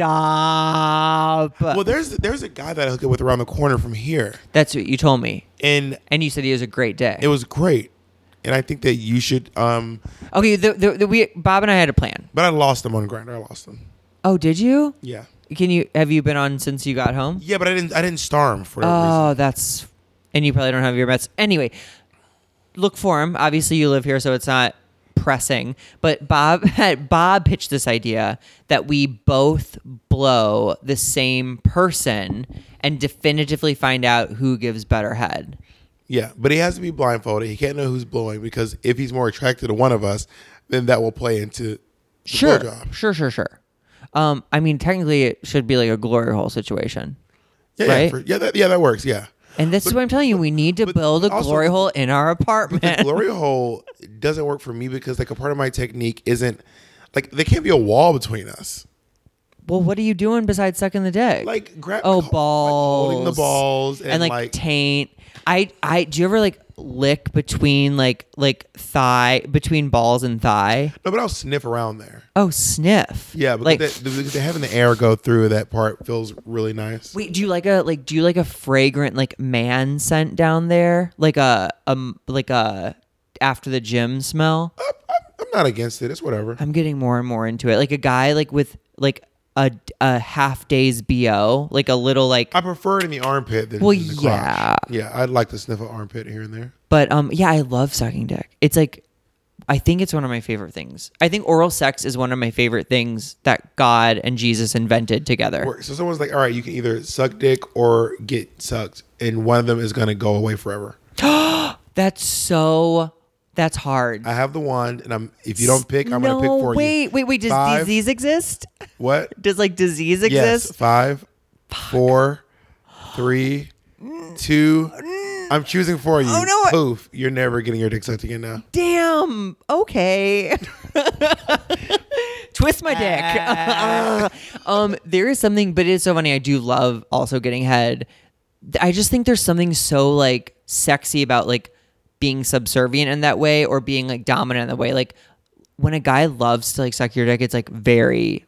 [SPEAKER 1] Stop.
[SPEAKER 3] Well, there's there's a guy that I hooked up with around the corner from here,
[SPEAKER 1] That's what you told me,
[SPEAKER 3] and
[SPEAKER 1] and you said he was a great dick.
[SPEAKER 3] it was great. And I think that you should. Um,
[SPEAKER 1] okay, the, the, the, we Bob and I had a plan.
[SPEAKER 3] but I lost them on Grinder. I lost them.
[SPEAKER 1] Oh, did you?
[SPEAKER 3] Yeah.
[SPEAKER 1] Can you have you been on since you got home?
[SPEAKER 3] Yeah, but I didn't. I didn't star him for. a reason.
[SPEAKER 1] Oh, that's and you probably don't have your Mets. Anyway, look for him. Obviously, you live here, so it's not pressing. But Bob had Bob pitched this idea that we both blow the same person and definitively find out who gives better head.
[SPEAKER 3] Yeah, but he has to be blindfolded. He can't know who's blowing because if he's more attracted to one of us, then that will play into the
[SPEAKER 1] Sure,
[SPEAKER 3] blowjob.
[SPEAKER 1] sure, sure, sure. Um, I mean, technically, it should be like a glory hole situation.
[SPEAKER 3] Yeah, yeah,
[SPEAKER 1] Right?
[SPEAKER 3] for- yeah, that, yeah, that works. Yeah,
[SPEAKER 1] And this is what I'm telling you. We need to build a
[SPEAKER 3] also-
[SPEAKER 1] glory hole in our apartment.
[SPEAKER 3] the glory hole doesn't work for me because like a part of my technique isn't like there can't be a wall between us.
[SPEAKER 1] Well, what are you doing besides sucking the dick?
[SPEAKER 3] Like grab
[SPEAKER 1] oh
[SPEAKER 3] like,
[SPEAKER 1] balls,
[SPEAKER 3] holding the balls, and,
[SPEAKER 1] like,
[SPEAKER 3] like,
[SPEAKER 1] taint. I I do you ever like lick between like like thigh between balls and thigh?
[SPEAKER 3] no, but I'll sniff around there.
[SPEAKER 1] Oh, sniff.
[SPEAKER 3] Yeah, but
[SPEAKER 1] like
[SPEAKER 3] the, the, the- having the air go through that part feels really nice.
[SPEAKER 1] wait, do you like a like do you like a fragrant like man scent down there? Like a um like a after the gym smell?
[SPEAKER 3] Uh, I'm not against it. It's whatever.
[SPEAKER 1] I'm getting more and more into it. Like a guy like with like a a half day's bo, like a little like
[SPEAKER 3] I prefer it in the armpit than
[SPEAKER 1] Well,
[SPEAKER 3] in the crotch.
[SPEAKER 1] yeah.
[SPEAKER 3] yeah. I'd like to sniff an armpit here and there.
[SPEAKER 1] But um, yeah, I love sucking dick. It's like, I think it's one of my favorite things. I think oral sex is one of my favorite things that God and Jesus invented together.
[SPEAKER 3] work. So someone's like, all right, you can either suck dick or get sucked, and one of them is gonna go away forever.
[SPEAKER 1] That's so. That's hard.
[SPEAKER 3] I have the wand, and I'm if you don't pick, I'm gonna pick
[SPEAKER 1] No,
[SPEAKER 3] for
[SPEAKER 1] wait,
[SPEAKER 3] you.
[SPEAKER 1] Wait, wait, wait. Does
[SPEAKER 3] Five.
[SPEAKER 1] disease exist?
[SPEAKER 3] What?
[SPEAKER 1] Does like disease exist?
[SPEAKER 3] Yes, five, four, three, two. I'm choosing for you.
[SPEAKER 1] Mm. Oh, no, I-
[SPEAKER 3] Poof! You're never getting your dick sucked again now.
[SPEAKER 1] Damn. Okay. Twist my dick. um, there is something, but it's so funny. I do love also getting head. I just think there's something so like sexy about like being subservient in that way or being like dominant in that way. Like when a guy loves to like suck your dick, it's like very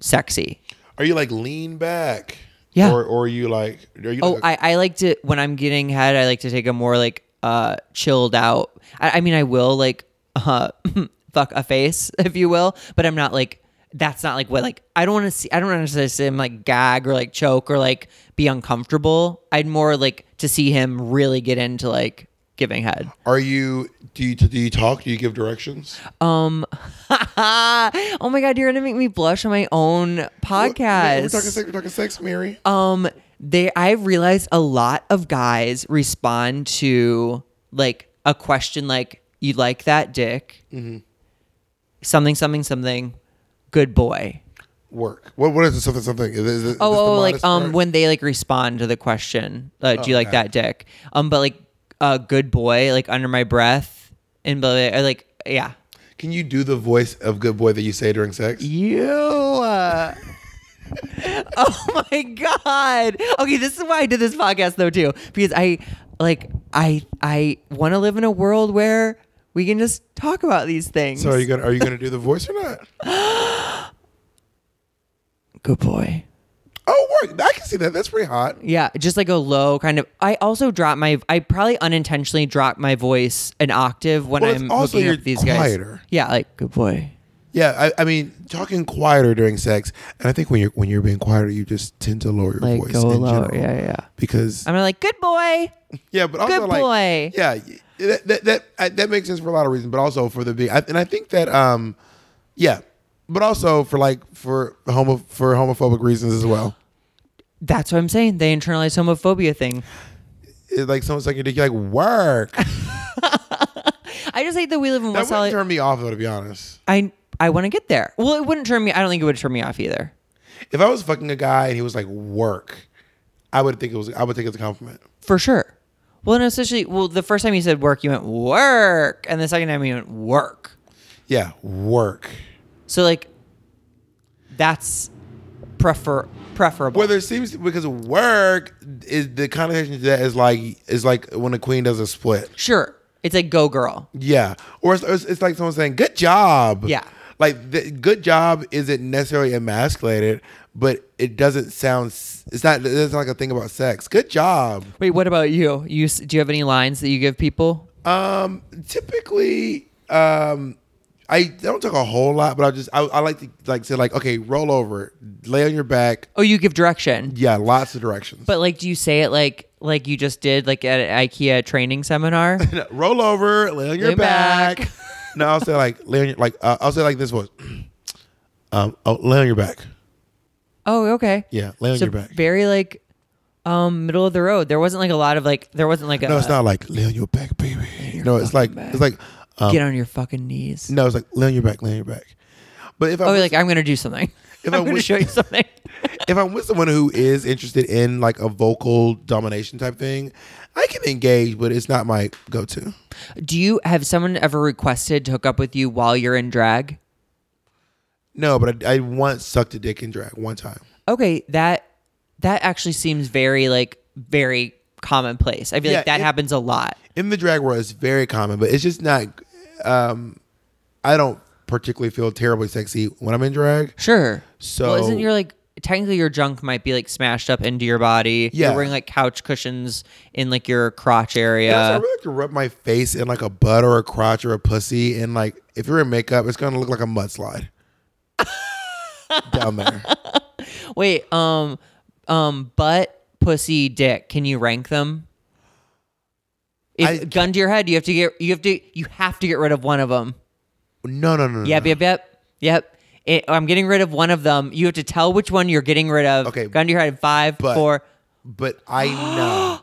[SPEAKER 1] sexy.
[SPEAKER 3] Are you like lean back?
[SPEAKER 1] Yeah.
[SPEAKER 3] Or, or are you like? Are you?
[SPEAKER 1] Oh,
[SPEAKER 3] like,
[SPEAKER 1] I, I like to when I'm getting head, I like to take a more like uh chilled out. I, I mean, I will like uh fuck a face, if you will, but I'm not like that's not like what like I don't want to see. I don't want to see him like gag or like choke or like be uncomfortable. I'd more like to see him really get into like giving head.
[SPEAKER 3] Are you? Do you do you talk? Do you give directions?
[SPEAKER 1] Um, oh my god, you're gonna make me blush on my own podcast.
[SPEAKER 3] We're talking sex. We're talking sex, Mary.
[SPEAKER 1] Um, they I realized a lot of guys respond to like a question like "You
[SPEAKER 3] Mm-hmm.
[SPEAKER 1] like that dick?" Something, something, something. Good boy.
[SPEAKER 3] work? What what is it? Something something? Is it- is it- is this the
[SPEAKER 1] oh, oh like
[SPEAKER 3] modest
[SPEAKER 1] um
[SPEAKER 3] part? Oh,
[SPEAKER 1] when they like respond to the question uh, do you like
[SPEAKER 3] okay.
[SPEAKER 1] that dick um but like uh, good boy like under my breath and blah, blah, blah, like yeah
[SPEAKER 3] can you do the voice of good boy that you say during sex?
[SPEAKER 1] you uh... oh my god okay this is why i did this podcast though too because i like i i want to live in a world where we can just talk about these things
[SPEAKER 3] So are you gonna are you gonna do the voice or not?
[SPEAKER 1] good boy
[SPEAKER 3] Oh, work! I can see that. That's pretty hot.
[SPEAKER 1] Yeah, just like a low kind of. I also drop my. I probably unintentionally drop my voice an octave when
[SPEAKER 3] Well, it's
[SPEAKER 1] I'm
[SPEAKER 3] also
[SPEAKER 1] hooking
[SPEAKER 3] you're
[SPEAKER 1] up these
[SPEAKER 3] quieter.
[SPEAKER 1] guys. Yeah, like good boy.
[SPEAKER 3] Yeah, I, I mean, talking quieter during sex, and I think when you're when you're being quieter, you just tend to lower your
[SPEAKER 1] Like,
[SPEAKER 3] voice.
[SPEAKER 1] go
[SPEAKER 3] in
[SPEAKER 1] lower.
[SPEAKER 3] general.
[SPEAKER 1] Yeah, yeah.
[SPEAKER 3] Because
[SPEAKER 1] I'm like good boy.
[SPEAKER 3] yeah, but also
[SPEAKER 1] good
[SPEAKER 3] like
[SPEAKER 1] boy.
[SPEAKER 3] yeah, y- that that that, I, that makes sense for a lot of reasons, but also for the big, I, and I think that um, yeah, but also for like for homo for homophobic reasons as well.
[SPEAKER 1] That's what I'm saying. They internalize homophobia thing.
[SPEAKER 3] It, like someone's like your dick, you're like work. That
[SPEAKER 1] I just hate that we live in
[SPEAKER 3] would
[SPEAKER 1] West Hollywood.
[SPEAKER 3] turn me off though, to be honest.
[SPEAKER 1] I I want to get there. Well, it wouldn't turn me. I don't think it would turn me off either.
[SPEAKER 3] If I was fucking a guy and he was like work, I would think it was I would think it's a compliment.
[SPEAKER 1] For sure. Well, and especially, well, the first time you said work, you went work, and the second time you went work.
[SPEAKER 3] Yeah, work.
[SPEAKER 1] So like, that's prefer preferable.
[SPEAKER 3] Well, there seems because work is the connotation to that is like is like when a queen does a split.
[SPEAKER 1] Sure. It's like go girl.
[SPEAKER 3] Yeah, or it's, it's, it's like someone saying good job.
[SPEAKER 1] Yeah.
[SPEAKER 3] like the good job isn't necessarily emasculated, but it doesn't sound. s- It's not. It's not like a thing about sex. Good job.
[SPEAKER 1] Wait, what about you? You s- do you have any lines that you give people?
[SPEAKER 3] Um, typically, um, I don't talk a whole lot, but I just I, I like to like say like okay, roll over, lay on your back.
[SPEAKER 1] Oh, you give direction.
[SPEAKER 3] Yeah, lots of directions.
[SPEAKER 1] But like, do you say it like like you just did like at an IKEA training seminar?
[SPEAKER 3] No, roll over, lay on your
[SPEAKER 1] Lay
[SPEAKER 3] back.
[SPEAKER 1] back.
[SPEAKER 3] no, I'll say like lay on your like uh, I'll say like this voice. um, oh, lay on your back.
[SPEAKER 1] oh, okay.
[SPEAKER 3] Yeah, lay on
[SPEAKER 1] So
[SPEAKER 3] your back.
[SPEAKER 1] very like um middle of the road. There wasn't like a lot of like there wasn't like a
[SPEAKER 3] no, it's not like lay on your back, baby. No, it's like it's like um,
[SPEAKER 1] get on your fucking knees.
[SPEAKER 3] no, it's like lay on your back, lay on your back. But if I
[SPEAKER 1] oh,
[SPEAKER 3] was,
[SPEAKER 1] like I'm gonna do something.
[SPEAKER 3] If I
[SPEAKER 1] I'm gonna
[SPEAKER 3] wish-
[SPEAKER 1] show you something.
[SPEAKER 3] if I'm with someone who is interested in like a vocal domination type thing, I can engage, but it's not my go-to.
[SPEAKER 1] do you have someone ever requested to hook up with you while you're in drag?
[SPEAKER 3] No, but I, I once sucked a dick in drag one time.
[SPEAKER 1] okay that that actually seems very like very commonplace i feel
[SPEAKER 3] Yeah,
[SPEAKER 1] like that
[SPEAKER 3] it-
[SPEAKER 1] happens a lot
[SPEAKER 3] in the drag world it's very common, but it's just not. Um, I don't particularly feel terribly sexy when I'm in drag.
[SPEAKER 1] sure
[SPEAKER 3] So-
[SPEAKER 1] well, isn't your like technically your junk might be like smashed up into your body
[SPEAKER 3] Yeah.
[SPEAKER 1] you're wearing like couch cushions in like your crotch
[SPEAKER 3] And also, I
[SPEAKER 1] area
[SPEAKER 3] really like to rub my face in like a butt or a crotch or a pussy, and like if you're in makeup, it's gonna look like a mudslide down there.
[SPEAKER 1] wait um um butt pussy dick can you rank them if
[SPEAKER 3] I-
[SPEAKER 1] gun to your head you have to get you have to you have to get rid of one of them
[SPEAKER 3] No, no, no, no.
[SPEAKER 1] Yep,
[SPEAKER 3] no.
[SPEAKER 1] yep, yep, yep. It- I'm getting rid of one of them. You have to tell which one you're getting rid of.
[SPEAKER 3] Okay,
[SPEAKER 1] Gun to your head. Five,
[SPEAKER 3] but-
[SPEAKER 1] four.
[SPEAKER 3] But I know.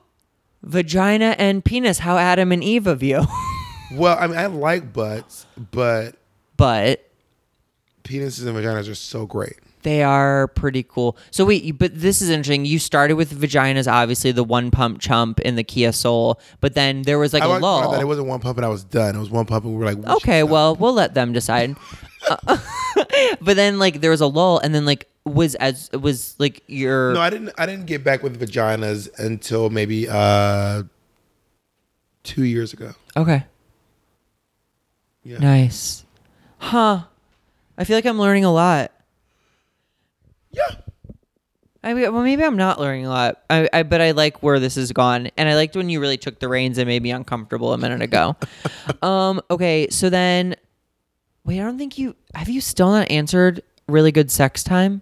[SPEAKER 1] Vagina and penis. How Adam and Eve of you.
[SPEAKER 3] well, I mean, I like butts, but
[SPEAKER 1] but
[SPEAKER 3] penises and vaginas are so great.
[SPEAKER 1] they are pretty cool. So wait, you- but this is interesting. You started with vaginas, obviously the one pump chump in the Kia Soul, but then there was like
[SPEAKER 3] I
[SPEAKER 1] a
[SPEAKER 3] like
[SPEAKER 1] lull.
[SPEAKER 3] that it wasn't one pump and I was done. It was one pump and we were like, we should
[SPEAKER 1] okay,
[SPEAKER 3] stop.
[SPEAKER 1] well, we'll let them decide. Uh, but then like there was a lull, and then like was as was like your
[SPEAKER 3] No, I didn't. I didn't get back with vaginas until maybe uh two years ago.
[SPEAKER 1] Okay.
[SPEAKER 3] Yeah.
[SPEAKER 1] Nice. Huh. I feel like I'm learning a lot.
[SPEAKER 3] Yeah,
[SPEAKER 1] I mean, well, maybe I'm not learning a lot. I, I but I like where this has gone, and I liked when you really took the reins and made me uncomfortable a minute ago. um. Okay. So then, wait. I don't think you have you still not answered really good sex time.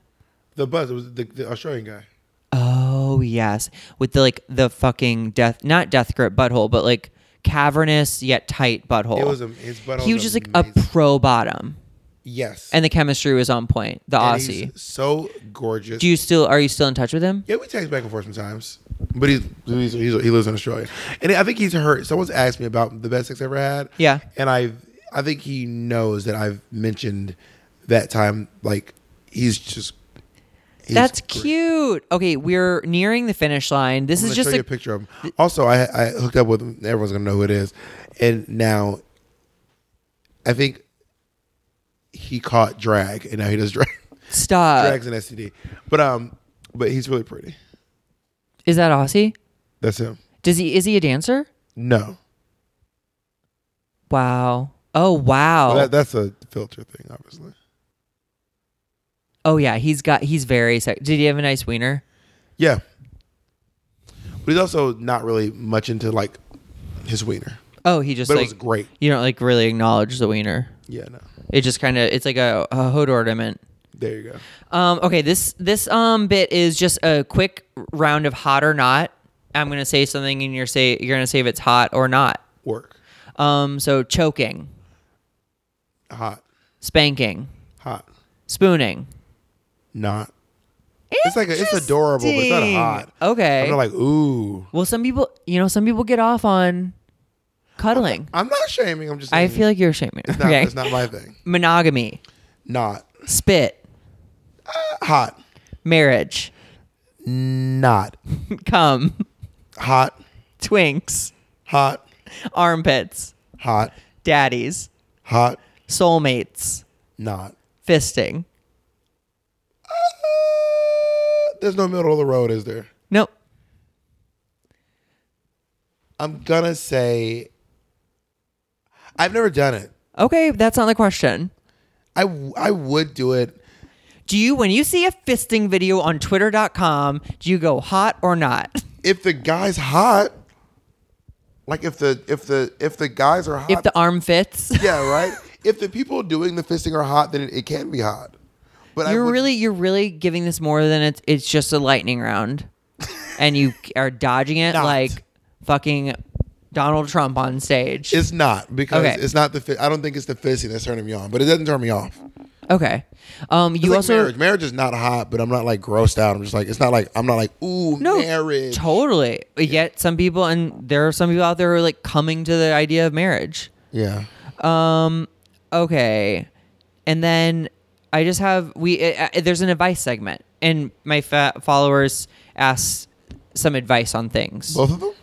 [SPEAKER 3] the buzz it was the, the Australian guy.
[SPEAKER 1] Oh yes, with the like the fucking death, not death grip butthole, but like cavernous yet tight butthole.
[SPEAKER 3] It was am- his butthole.
[SPEAKER 1] he was just like a pro bottom,
[SPEAKER 3] yes,
[SPEAKER 1] and the chemistry was on point. The
[SPEAKER 3] And
[SPEAKER 1] Aussie.
[SPEAKER 3] he's so gorgeous.
[SPEAKER 1] Do you still are you still in touch with him?
[SPEAKER 3] yeah, we text back and forth sometimes, but he's, he's, he's he lives in Australia, and I think he's hurt. Someone's asked me about the best sex I ever had.
[SPEAKER 1] Yeah.
[SPEAKER 3] and I I think he knows that I've mentioned that time like he's just. he's
[SPEAKER 1] That's
[SPEAKER 3] great.
[SPEAKER 1] cute. Okay, we're nearing the finish line. This
[SPEAKER 3] I'm
[SPEAKER 1] is
[SPEAKER 3] gonna
[SPEAKER 1] just
[SPEAKER 3] show you
[SPEAKER 1] a,
[SPEAKER 3] a picture of him. Also, I I hooked up with him. Everyone's gonna know who it is, and now I think he caught drag, and now he does drag.
[SPEAKER 1] stop.
[SPEAKER 3] Drag's an STD, but um, but he's really pretty.
[SPEAKER 1] Is that Aussie?
[SPEAKER 3] That's him.
[SPEAKER 1] Does he is he a dancer?
[SPEAKER 3] No,
[SPEAKER 1] Wow. Oh wow.
[SPEAKER 3] Well, that, that's a filter thing, obviously.
[SPEAKER 1] oh yeah, he's got he's very sex. Did he have a nice wiener?
[SPEAKER 3] Yeah, but he's also not really much into like his wiener.
[SPEAKER 1] Oh, he just
[SPEAKER 3] But it
[SPEAKER 1] like
[SPEAKER 3] was great.
[SPEAKER 1] You don't like really acknowledge the wiener.
[SPEAKER 3] Yeah, no.
[SPEAKER 1] It just kind of it's like a, a hood ornament.
[SPEAKER 3] There you go.
[SPEAKER 1] Um, okay, this this um bit is just a quick round of hot or not. I'm gonna say something, and you're say you're gonna say if it's hot or not.
[SPEAKER 3] Work
[SPEAKER 1] Um, so choking,
[SPEAKER 3] hot,
[SPEAKER 1] spanking,
[SPEAKER 3] hot,
[SPEAKER 1] spooning.
[SPEAKER 3] not. It's like a, it's adorable, but it's not
[SPEAKER 1] Interesting.
[SPEAKER 3] hot.
[SPEAKER 1] Okay.
[SPEAKER 3] I'm not like ooh.
[SPEAKER 1] Well, some people, you know, some people get off on cuddling.
[SPEAKER 3] I'm not shaming. I'm just.
[SPEAKER 1] I
[SPEAKER 3] saying
[SPEAKER 1] feel like you're shaming.
[SPEAKER 3] it's not,
[SPEAKER 1] okay.
[SPEAKER 3] it's not my thing.
[SPEAKER 1] Monogamy,
[SPEAKER 3] Not
[SPEAKER 1] spit,
[SPEAKER 3] hot.
[SPEAKER 1] marriage,
[SPEAKER 3] Not
[SPEAKER 1] cum,
[SPEAKER 3] hot.
[SPEAKER 1] twinks,
[SPEAKER 3] Hot.
[SPEAKER 1] armpits,
[SPEAKER 3] Hot.
[SPEAKER 1] daddies,
[SPEAKER 3] Hot.
[SPEAKER 1] soulmates,
[SPEAKER 3] Not.
[SPEAKER 1] fisting.
[SPEAKER 3] There's no middle of the road, is there?
[SPEAKER 1] Nope.
[SPEAKER 3] I'm gonna say. I've never done it.
[SPEAKER 1] Okay, that's not the question.
[SPEAKER 3] I, w- I would do it.
[SPEAKER 1] Do you, when you see a fisting video on twitter.com, do you go hot or not?
[SPEAKER 3] if the guy's hot, like if the if the if the guys are hot,
[SPEAKER 1] If the arm fits,
[SPEAKER 3] yeah, right. If the people doing the fisting are hot, then it, it can be hot. But I
[SPEAKER 1] you're
[SPEAKER 3] would-
[SPEAKER 1] really, you're really giving this more than it's, it's just a lightning round and you are dodging it
[SPEAKER 3] Not.
[SPEAKER 1] like fucking Donald Trump on stage.
[SPEAKER 3] it's not because
[SPEAKER 1] Okay.
[SPEAKER 3] it's not the fi- I don't think it's the fisting that's turning me on, but it doesn't turn me off.
[SPEAKER 1] okay. Um,
[SPEAKER 3] It's
[SPEAKER 1] you
[SPEAKER 3] like
[SPEAKER 1] also,
[SPEAKER 3] marriage. marriage is not hot, but I'm not like grossed out. I'm just like it's not like I'm not like ooh
[SPEAKER 1] no,
[SPEAKER 3] marriage.
[SPEAKER 1] totally. Yet some people, and there are some people out there who are like coming to the idea of marriage.
[SPEAKER 3] yeah,
[SPEAKER 1] okay and then i just have we uh, uh, there's an advice segment and my fa- followers ask some advice on things
[SPEAKER 3] both of them.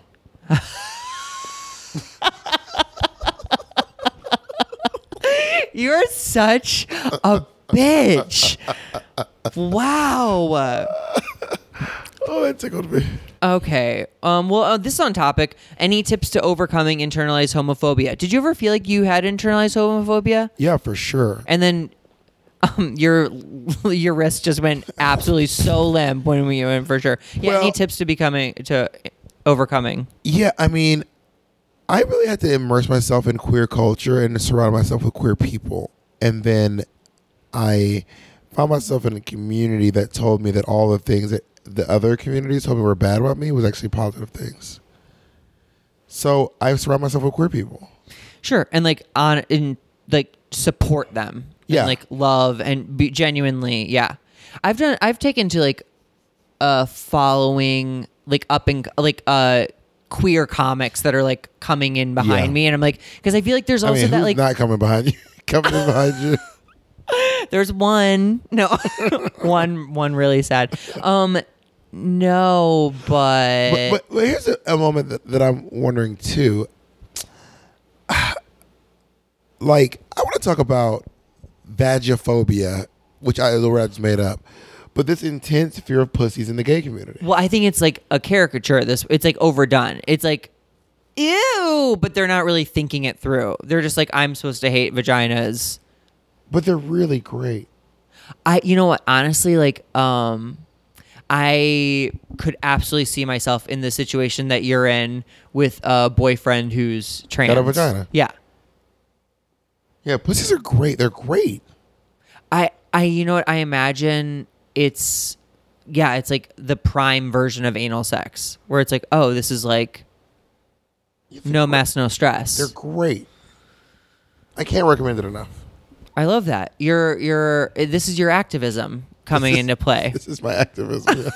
[SPEAKER 1] you're such a bitch wow
[SPEAKER 3] Oh, it tickled me.
[SPEAKER 1] okay um well uh, this is on topic any tips to overcoming internalized homophobia did you ever feel like you had internalized homophobia
[SPEAKER 3] Yeah, for sure.
[SPEAKER 1] and then um, your your wrist just went absolutely so limp when we went for sure. Yeah,
[SPEAKER 3] Well-
[SPEAKER 1] any tips to becoming to overcoming?
[SPEAKER 3] Yeah, I mean, I really had to immerse myself in queer culture and surround myself with queer people. And then I found myself in a community that told me that all the things that the other communities told me were bad about me was actually positive things. So I surround myself with queer people.
[SPEAKER 1] Sure, and like on and like support them. and,
[SPEAKER 3] Yeah.
[SPEAKER 1] like love and be genuinely. Yeah, I've done. I've taken to like uh following like up and like uh queer comics that are like coming in behind
[SPEAKER 3] Yeah.
[SPEAKER 1] me, and I'm like because I feel like there's
[SPEAKER 3] I
[SPEAKER 1] also
[SPEAKER 3] mean,
[SPEAKER 1] that
[SPEAKER 3] who's
[SPEAKER 1] like
[SPEAKER 3] not coming behind you? coming in behind you?
[SPEAKER 1] There's one. No, one. One really sad. Um, no, but,
[SPEAKER 3] But, but, but here's a, a moment that, that I'm wondering too. Like, I want to talk about vagophobia, which I, is a word I just made up, but this intense fear of pussies in the gay community.
[SPEAKER 1] well, I think it's like a caricature. Of this it's like overdone. It's like ew, but they're not really thinking it through. They're just like I'm supposed to hate vaginas.
[SPEAKER 3] But they're really great.
[SPEAKER 1] I you know what honestly like um I could absolutely see myself in the situation that you're in with a boyfriend who's trans.
[SPEAKER 3] vagina.
[SPEAKER 1] Yeah.
[SPEAKER 3] Yeah, pussies are great. They're great.
[SPEAKER 1] I I you know what I imagine it's yeah, it's like the prime version of anal sex where it's like, oh, this is like no mess, no
[SPEAKER 3] They're
[SPEAKER 1] stress.
[SPEAKER 3] great. I can't recommend it enough.
[SPEAKER 1] I love that. You're you're eh, this is your activism coming into play.
[SPEAKER 3] This is my activism.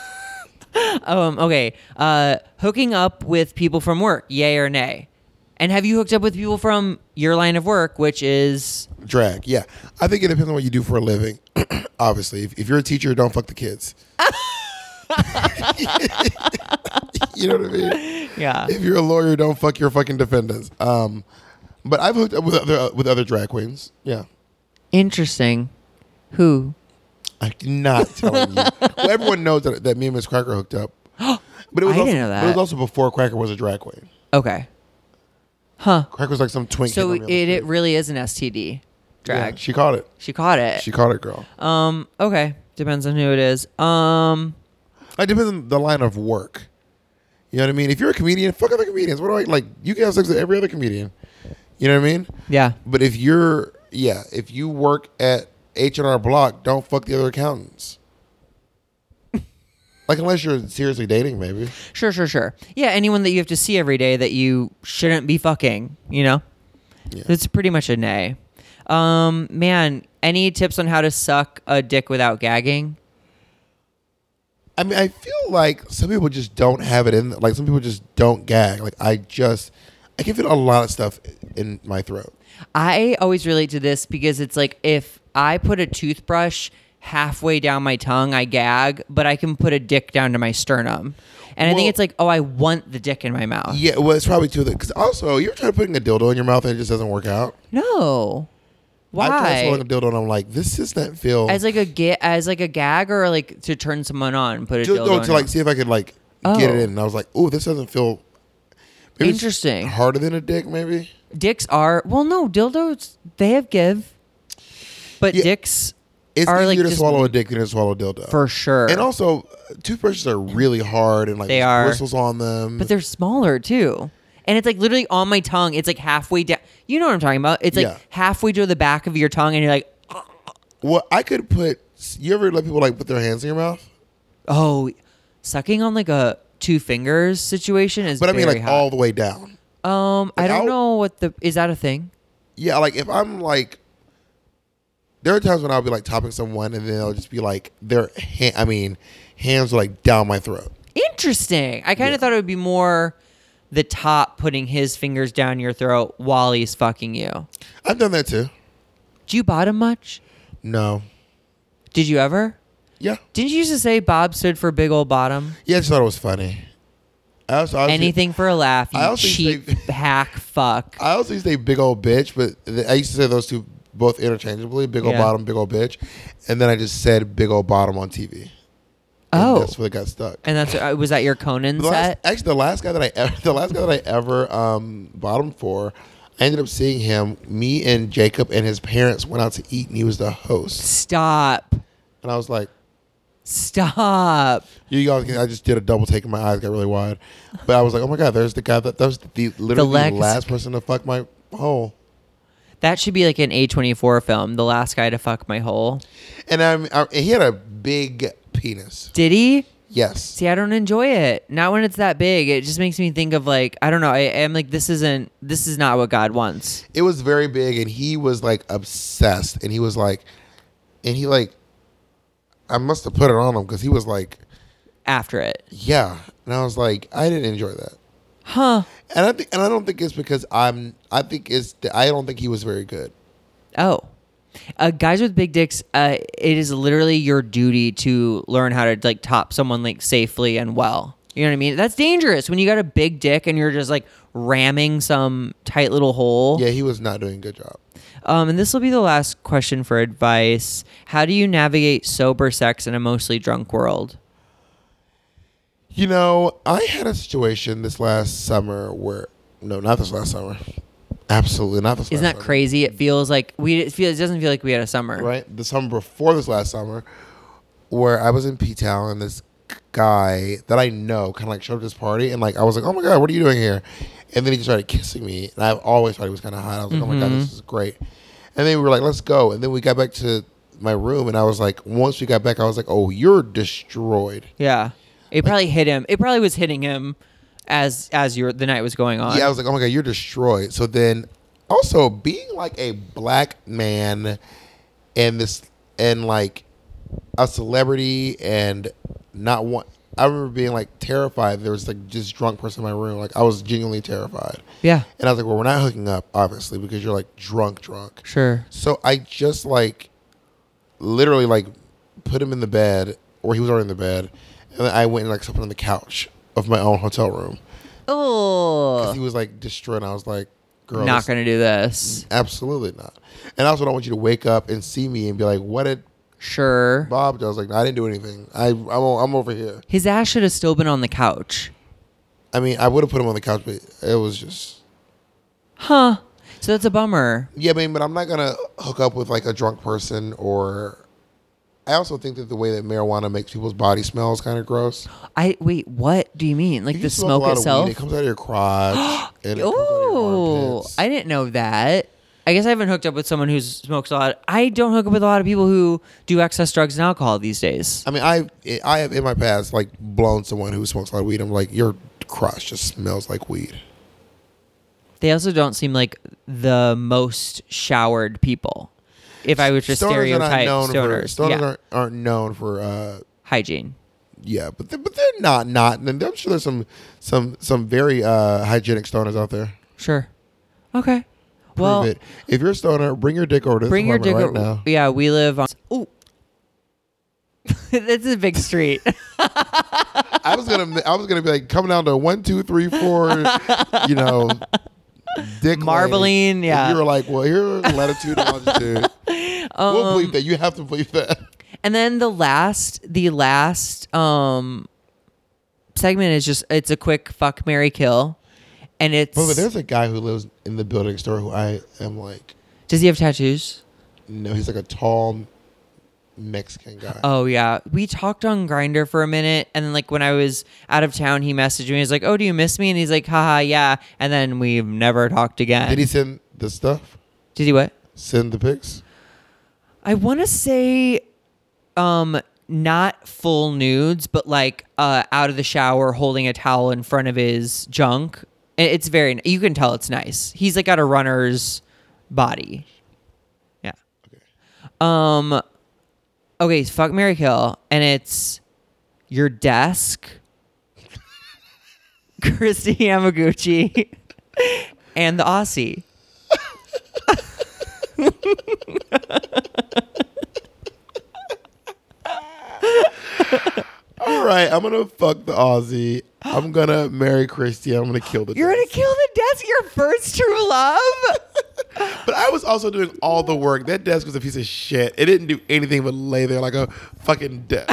[SPEAKER 3] Yeah.
[SPEAKER 1] Um okay. Uh hooking up with people from work, yay or nay. And have you hooked up with people from your line of work, which is
[SPEAKER 3] Drag, yeah. I think it depends on what you do for a living. Obviously, if, if you're a teacher, don't fuck the kids. you know what I mean?
[SPEAKER 1] yeah,
[SPEAKER 3] If you're a lawyer, don't fuck your fucking defendants. Um, but I've hooked up with other with other drag queens. Yeah,
[SPEAKER 1] interesting. Who?
[SPEAKER 3] I'm not telling you. well, everyone knows that, that me and Miss Cracker hooked up. But it was
[SPEAKER 1] I
[SPEAKER 3] also,
[SPEAKER 1] didn't know
[SPEAKER 3] But it was
[SPEAKER 1] that.
[SPEAKER 3] also before Cracker was a drag queen.
[SPEAKER 1] Okay. Huh.
[SPEAKER 3] Cracker was like some twink.
[SPEAKER 1] So
[SPEAKER 3] hitting on
[SPEAKER 1] it,
[SPEAKER 3] me on the
[SPEAKER 1] it
[SPEAKER 3] street.
[SPEAKER 1] really is an STD drag.
[SPEAKER 3] Yeah,
[SPEAKER 1] she,
[SPEAKER 3] she caught it.
[SPEAKER 1] caught it.
[SPEAKER 3] She caught it, girl.
[SPEAKER 1] um. Okay. Depends on who it is. Um.
[SPEAKER 3] It depends on the line of work. You know what I mean? If you're a comedian, fuck other comedians. What do I like? You can have sex with every other comedian. You know what I mean?
[SPEAKER 1] Yeah.
[SPEAKER 3] But if you're yeah, if you work at H and R Block, don't fuck the other accountants. like unless you're seriously dating, maybe.
[SPEAKER 1] Sure. Sure. Sure. Yeah. Anyone that you have to see every day that you shouldn't be fucking. You know.
[SPEAKER 3] Yeah.
[SPEAKER 1] That's pretty much a nay. Um. Man. Any tips on how to suck a dick without gagging?
[SPEAKER 3] I mean, I feel like some people just don't have it in. Like some people just don't gag. Like I just, I can feel a lot of stuff in my throat.
[SPEAKER 1] I always relate to this because it's like if I put a toothbrush halfway down my tongue, I gag, but I can put a dick down to my sternum. And I
[SPEAKER 3] Well-
[SPEAKER 1] think it's like, oh, I want the dick in my mouth.
[SPEAKER 3] Yeah, well, it's probably too. Because also, you're trying to putting a dildo in your mouth and it just doesn't work out.
[SPEAKER 1] No.
[SPEAKER 3] I tried
[SPEAKER 1] Why?
[SPEAKER 3] swallowing a dildo and I'm like, this doesn't feel.
[SPEAKER 1] As like a ga- as like a gag or like to turn someone on, put a
[SPEAKER 3] dildo,
[SPEAKER 1] dildo in
[SPEAKER 3] oh, to
[SPEAKER 1] it?
[SPEAKER 3] like see if I could like get it
[SPEAKER 1] Oh.
[SPEAKER 3] in. And I was like, oh, this doesn't feel. maybe it's
[SPEAKER 1] Interesting.
[SPEAKER 3] harder than a dick, maybe.
[SPEAKER 1] Dicks are well, no dildos they have give, but
[SPEAKER 3] Yeah.
[SPEAKER 1] dicks
[SPEAKER 3] It's
[SPEAKER 1] Or,
[SPEAKER 3] easier
[SPEAKER 1] like,
[SPEAKER 3] to
[SPEAKER 1] just-
[SPEAKER 3] swallow a dick than to swallow a dildo.
[SPEAKER 1] for sure.
[SPEAKER 3] And also, toothbrushes are really hard and like
[SPEAKER 1] They
[SPEAKER 3] there's
[SPEAKER 1] are.
[SPEAKER 3] bristles on them.
[SPEAKER 1] but they're smaller too. And it's like literally on my tongue. It's like halfway down. You know what I'm talking about? It's like
[SPEAKER 3] Yeah.
[SPEAKER 1] halfway to the back of your tongue, and you're like,
[SPEAKER 3] Well, I could put. You ever let people like put their hands in your mouth?
[SPEAKER 1] oh, sucking on like a two fingers situation is.
[SPEAKER 3] But I mean,
[SPEAKER 1] very
[SPEAKER 3] like all
[SPEAKER 1] hot.
[SPEAKER 3] the way down.
[SPEAKER 1] Um, I
[SPEAKER 3] like,
[SPEAKER 1] don't
[SPEAKER 3] I'll-
[SPEAKER 1] know what the is that a thing?
[SPEAKER 3] Yeah, like if I'm like, there are times when I'll be like topping someone, and then they'll just be like their hand. I mean, hands are like down my throat.
[SPEAKER 1] Interesting. I kind of thought it would be more the top putting his fingers down your throat while he's fucking you.
[SPEAKER 3] I've done that too.
[SPEAKER 1] Do you bottom much?
[SPEAKER 3] No.
[SPEAKER 1] Did you ever?
[SPEAKER 3] Yeah.
[SPEAKER 1] Didn't you used to say Bob stood for big old bottom?
[SPEAKER 3] Yeah, I just thought it was funny. I also, I also
[SPEAKER 1] Anything for a laugh,
[SPEAKER 3] I
[SPEAKER 1] you
[SPEAKER 3] also
[SPEAKER 1] cheap
[SPEAKER 3] think-
[SPEAKER 1] hack fuck.
[SPEAKER 3] I also used to say big old bitch, but th- I used to say those two both interchangeably, big old
[SPEAKER 1] Yeah.
[SPEAKER 3] bottom, big old bitch, and then I just said big old bottom on TV. And
[SPEAKER 1] Oh.
[SPEAKER 3] that's where it got stuck.
[SPEAKER 1] And that's uh, was that your Conan
[SPEAKER 3] The last,
[SPEAKER 1] set?
[SPEAKER 3] actually, the last guy that I ever, the last guy that I ever um, bottomed for, I ended up seeing him. Me and Jacob and his parents went out to eat, and he was the host.
[SPEAKER 1] Stop.
[SPEAKER 3] And I was like,
[SPEAKER 1] Stop.
[SPEAKER 3] "You guys, can-" I just did a double take, and my eyes got really wide." But I was like, "Oh my god, there's the guy that that was the literally the
[SPEAKER 1] legs.
[SPEAKER 3] last person to fuck my hole."
[SPEAKER 1] That should be like an A24 film, The Last Guy to Fuck My Hole.
[SPEAKER 3] And I'm, I, and he had a big penis.
[SPEAKER 1] Did he?
[SPEAKER 3] Yes,
[SPEAKER 1] See, I don't enjoy it. Not when it's that big. It just makes me think of like, I don't know. I am like, this isn't, this is not what God wants.
[SPEAKER 3] it was very big, and he was like obsessed, and he was like, and he like, I must have put it on him because he was like.
[SPEAKER 1] After it.
[SPEAKER 3] Yeah, and I was like, I didn't enjoy that,
[SPEAKER 1] Huh.
[SPEAKER 3] and I think, and I don't think it's because I'm. I think it's. that I don't think he was very good.
[SPEAKER 1] Oh. Uh, guys with big dicks, uh, it is literally your duty to learn how to like top someone like safely and well. You know what I mean? That's dangerous when you got a big dick and you're just like ramming some tight little hole.
[SPEAKER 3] Yeah, he was not doing a good job.
[SPEAKER 1] Um, and this will be the last question for advice. How do you navigate sober sex in a mostly drunk world?
[SPEAKER 3] You know, I had a situation this last summer where no, not this last summer. Absolutely not this.
[SPEAKER 1] Isn't
[SPEAKER 3] last
[SPEAKER 1] that
[SPEAKER 3] summer.
[SPEAKER 1] crazy? It feels like we it, feels, it doesn't feel like we had a summer.
[SPEAKER 3] Right, the summer before this last summer, where I was in P Town and this guy that I know kind of like showed up to this party and like I was like, oh my god, what are you doing here? And then he just started kissing me, and I've always thought he was kind of hot. I was like, oh my god,
[SPEAKER 1] Mm-hmm.
[SPEAKER 3] this is great. And then we were like, let's go. And then we got back to my room, and I was like, once we got back, I was like, oh, you're destroyed.
[SPEAKER 1] Yeah. It probably hit him. It probably was hitting him as as your the night was going on.
[SPEAKER 3] Yeah, I was like, oh my god, you're destroyed. So then, also being like a black man, and this and like a celebrity, and not one I remember being like terrified. There was like just drunk person in my room. Like I was genuinely terrified.
[SPEAKER 1] Yeah.
[SPEAKER 3] And I was like, well, we're not hooking up, obviously, because you're like drunk, drunk.
[SPEAKER 1] Sure.
[SPEAKER 3] So I just like literally like put him in the bed, or he was already in the bed, and then I went and like slept on the couch of my own hotel room.
[SPEAKER 1] Oh,
[SPEAKER 3] He was like distraught, and I was like, girl,
[SPEAKER 1] not
[SPEAKER 3] this-
[SPEAKER 1] gonna do this.
[SPEAKER 3] absolutely not. And I also don't want you to wake up and see me and be like, what did
[SPEAKER 1] Sure.
[SPEAKER 3] Bob do? I was like, no, I didn't do anything. I, I'm, o- I'm over here.
[SPEAKER 1] His ass should have still been on the couch.
[SPEAKER 3] I mean, I would have put him on the couch, but it was just.
[SPEAKER 1] Huh. So that's a bummer.
[SPEAKER 3] Yeah, I mean, but I'm not gonna hook up with like a drunk person or. I also think that the way that marijuana makes people's body smell is kind of gross.
[SPEAKER 1] I wait, what do you mean? Like
[SPEAKER 3] If you
[SPEAKER 1] the smoke
[SPEAKER 3] a lot of
[SPEAKER 1] itself?
[SPEAKER 3] weed, it comes out of your crotch. and it comes out of your
[SPEAKER 1] Oh,
[SPEAKER 3] armpits.
[SPEAKER 1] I didn't know that. I guess I haven't hooked up with someone who smokes a lot. I don't hook up with a lot of people who do excess drugs and alcohol these days.
[SPEAKER 3] I mean, I I have in my past like blown someone who smokes a lot of weed. I'm like, your crotch just smells like weed.
[SPEAKER 1] They also don't seem like the most showered people. If I was just
[SPEAKER 3] are not
[SPEAKER 1] stereotype
[SPEAKER 3] known
[SPEAKER 1] stoners,
[SPEAKER 3] For, stoners
[SPEAKER 1] yeah.
[SPEAKER 3] aren't, aren't known for uh,
[SPEAKER 1] hygiene.
[SPEAKER 3] yeah, but they're, but they're not not. And I'm sure there's some some some very uh, hygienic stoners out there.
[SPEAKER 1] Sure. Okay.
[SPEAKER 3] Prove
[SPEAKER 1] well,
[SPEAKER 3] it. If you're a stoner, bring your dick over to this
[SPEAKER 1] bring your dick
[SPEAKER 3] apartment
[SPEAKER 1] o-
[SPEAKER 3] right now.
[SPEAKER 1] Yeah, we live on. Ooh. this is a big street.
[SPEAKER 3] I was gonna I was gonna be like coming down to one, two, three, four, you know, dick lane.
[SPEAKER 1] Marbling,
[SPEAKER 3] And
[SPEAKER 1] yeah.
[SPEAKER 3] you were like, well, here are latitude and longitude. we'll believe that. You have to believe that.
[SPEAKER 1] And then the last, the last um segment is just it's a quick fuck Mary kill, and it's
[SPEAKER 3] But there's a guy who lives in the building store who I am like,
[SPEAKER 1] does he have tattoos?
[SPEAKER 3] no, he's like a tall Mexican guy.
[SPEAKER 1] Oh yeah, we talked on Grinder for a minute, and then like when I was out of town, he messaged me. He's like, "Oh, do you miss me?" And he's like, "Haha, yeah." And then we've never talked again.
[SPEAKER 3] Did he send the stuff?
[SPEAKER 1] Did he what?
[SPEAKER 3] Send the pics?
[SPEAKER 1] I want to say, um, not full nudes, but like uh, out of the shower, holding a towel in front of his junk. And It's very. You can tell it's nice. He's like got a runner's body. Yeah. Um. Okay. so Fuck Mary Kill, and it's your desk, Christy Yamaguchi, and the Aussie.
[SPEAKER 3] All right, I'm gonna fuck the Aussie. I'm gonna marry Christy. I'm gonna kill the.
[SPEAKER 1] You're gonna
[SPEAKER 3] desk.
[SPEAKER 1] kill the desk. Your first true love.
[SPEAKER 3] But I was also doing all the work. That desk was a piece of shit. It didn't do anything but lay there like a fucking desk.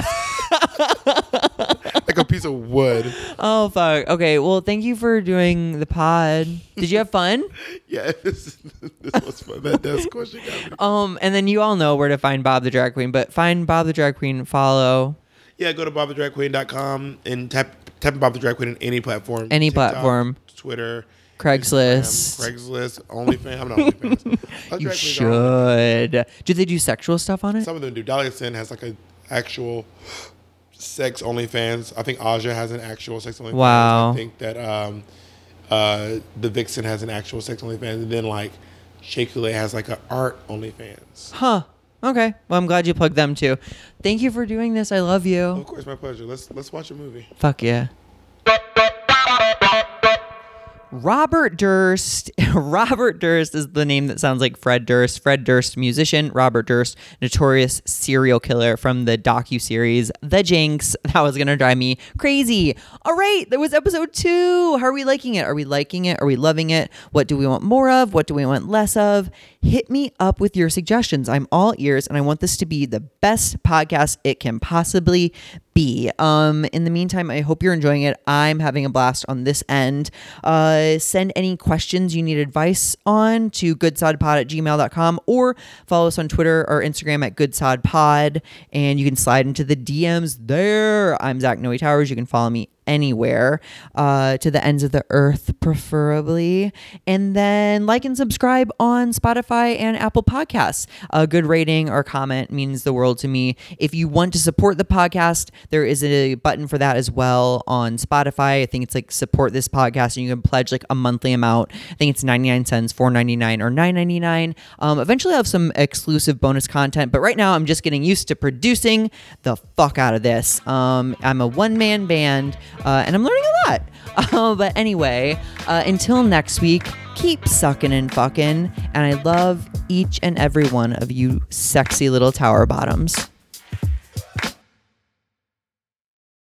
[SPEAKER 3] like a piece of wood.
[SPEAKER 1] Oh fuck. Okay. Well, thank you for doing the pod. Did you have fun?
[SPEAKER 3] Yeah, this, this was fun. That desk question got me.
[SPEAKER 1] Um, and then you all know where to find Bob the drag queen, but find Bob the drag queen. Follow
[SPEAKER 3] Yeah, go to bobthedragqueen.com and type, type in Bob the Drag Queen in any platform.
[SPEAKER 1] Any platform.
[SPEAKER 3] Twitter.
[SPEAKER 1] Craigslist.
[SPEAKER 3] Instagram, Craigslist. OnlyFans. I'm not OnlyFans. Other drag
[SPEAKER 1] you
[SPEAKER 3] queens are on-
[SPEAKER 1] should. Do they do sexual stuff on it?
[SPEAKER 3] Some of them do. Dolly Sin has like a actual sex OnlyFans. I think Aja has an actual sex OnlyFans.
[SPEAKER 1] Wow.
[SPEAKER 3] I think that um, uh, the Vixen has an actual sex OnlyFans, and then like Shea Coulee has like an art OnlyFans.
[SPEAKER 1] Huh. Okay. Well, I'm glad you plugged them too. Thank you for doing this. I love you.
[SPEAKER 3] Of course, my pleasure. Let's let's watch a movie.
[SPEAKER 1] Fuck yeah. Robert Durst. Robert Durst is the name that sounds like Fred Durst. Fred Durst, musician. Robert Durst, notorious serial killer from the docu series The Jinx. That was gonna drive me crazy. All right, that was episode two. How are we liking it? Are we liking it? Are we loving it? What do we want more of? What do we want less of? Hit me up with your suggestions. I'm all ears, and I want this to be the best podcast it can possibly be. Um, in the meantime, I hope you're enjoying it. I'm having a blast on this end. Uh, send any questions you need advice on to goodsodpod at gmail.com or follow us on Twitter or Instagram at goodsodpod. And you can slide into the DMs there. I'm Zach Noe Towers. You can follow me anywhere uh, to the ends of the earth, preferably. And then like and subscribe on Spotify and Apple Podcasts. A good rating or comment means the world to me. If you want to support the podcast, there is a button for that as well on Spotify. I think it's like support this podcast, and you can pledge like a monthly amount. I think it's 99 cents, 4.99 or 9.99. Um, eventually, I'll have some exclusive bonus content, but right now I'm just getting used to producing the fuck out of this. Um, I'm a one man band, uh, and I'm learning a lot. Uh, but anyway, uh, until next week, keep sucking and fucking, and I love each and every one of you sexy little tower bottoms.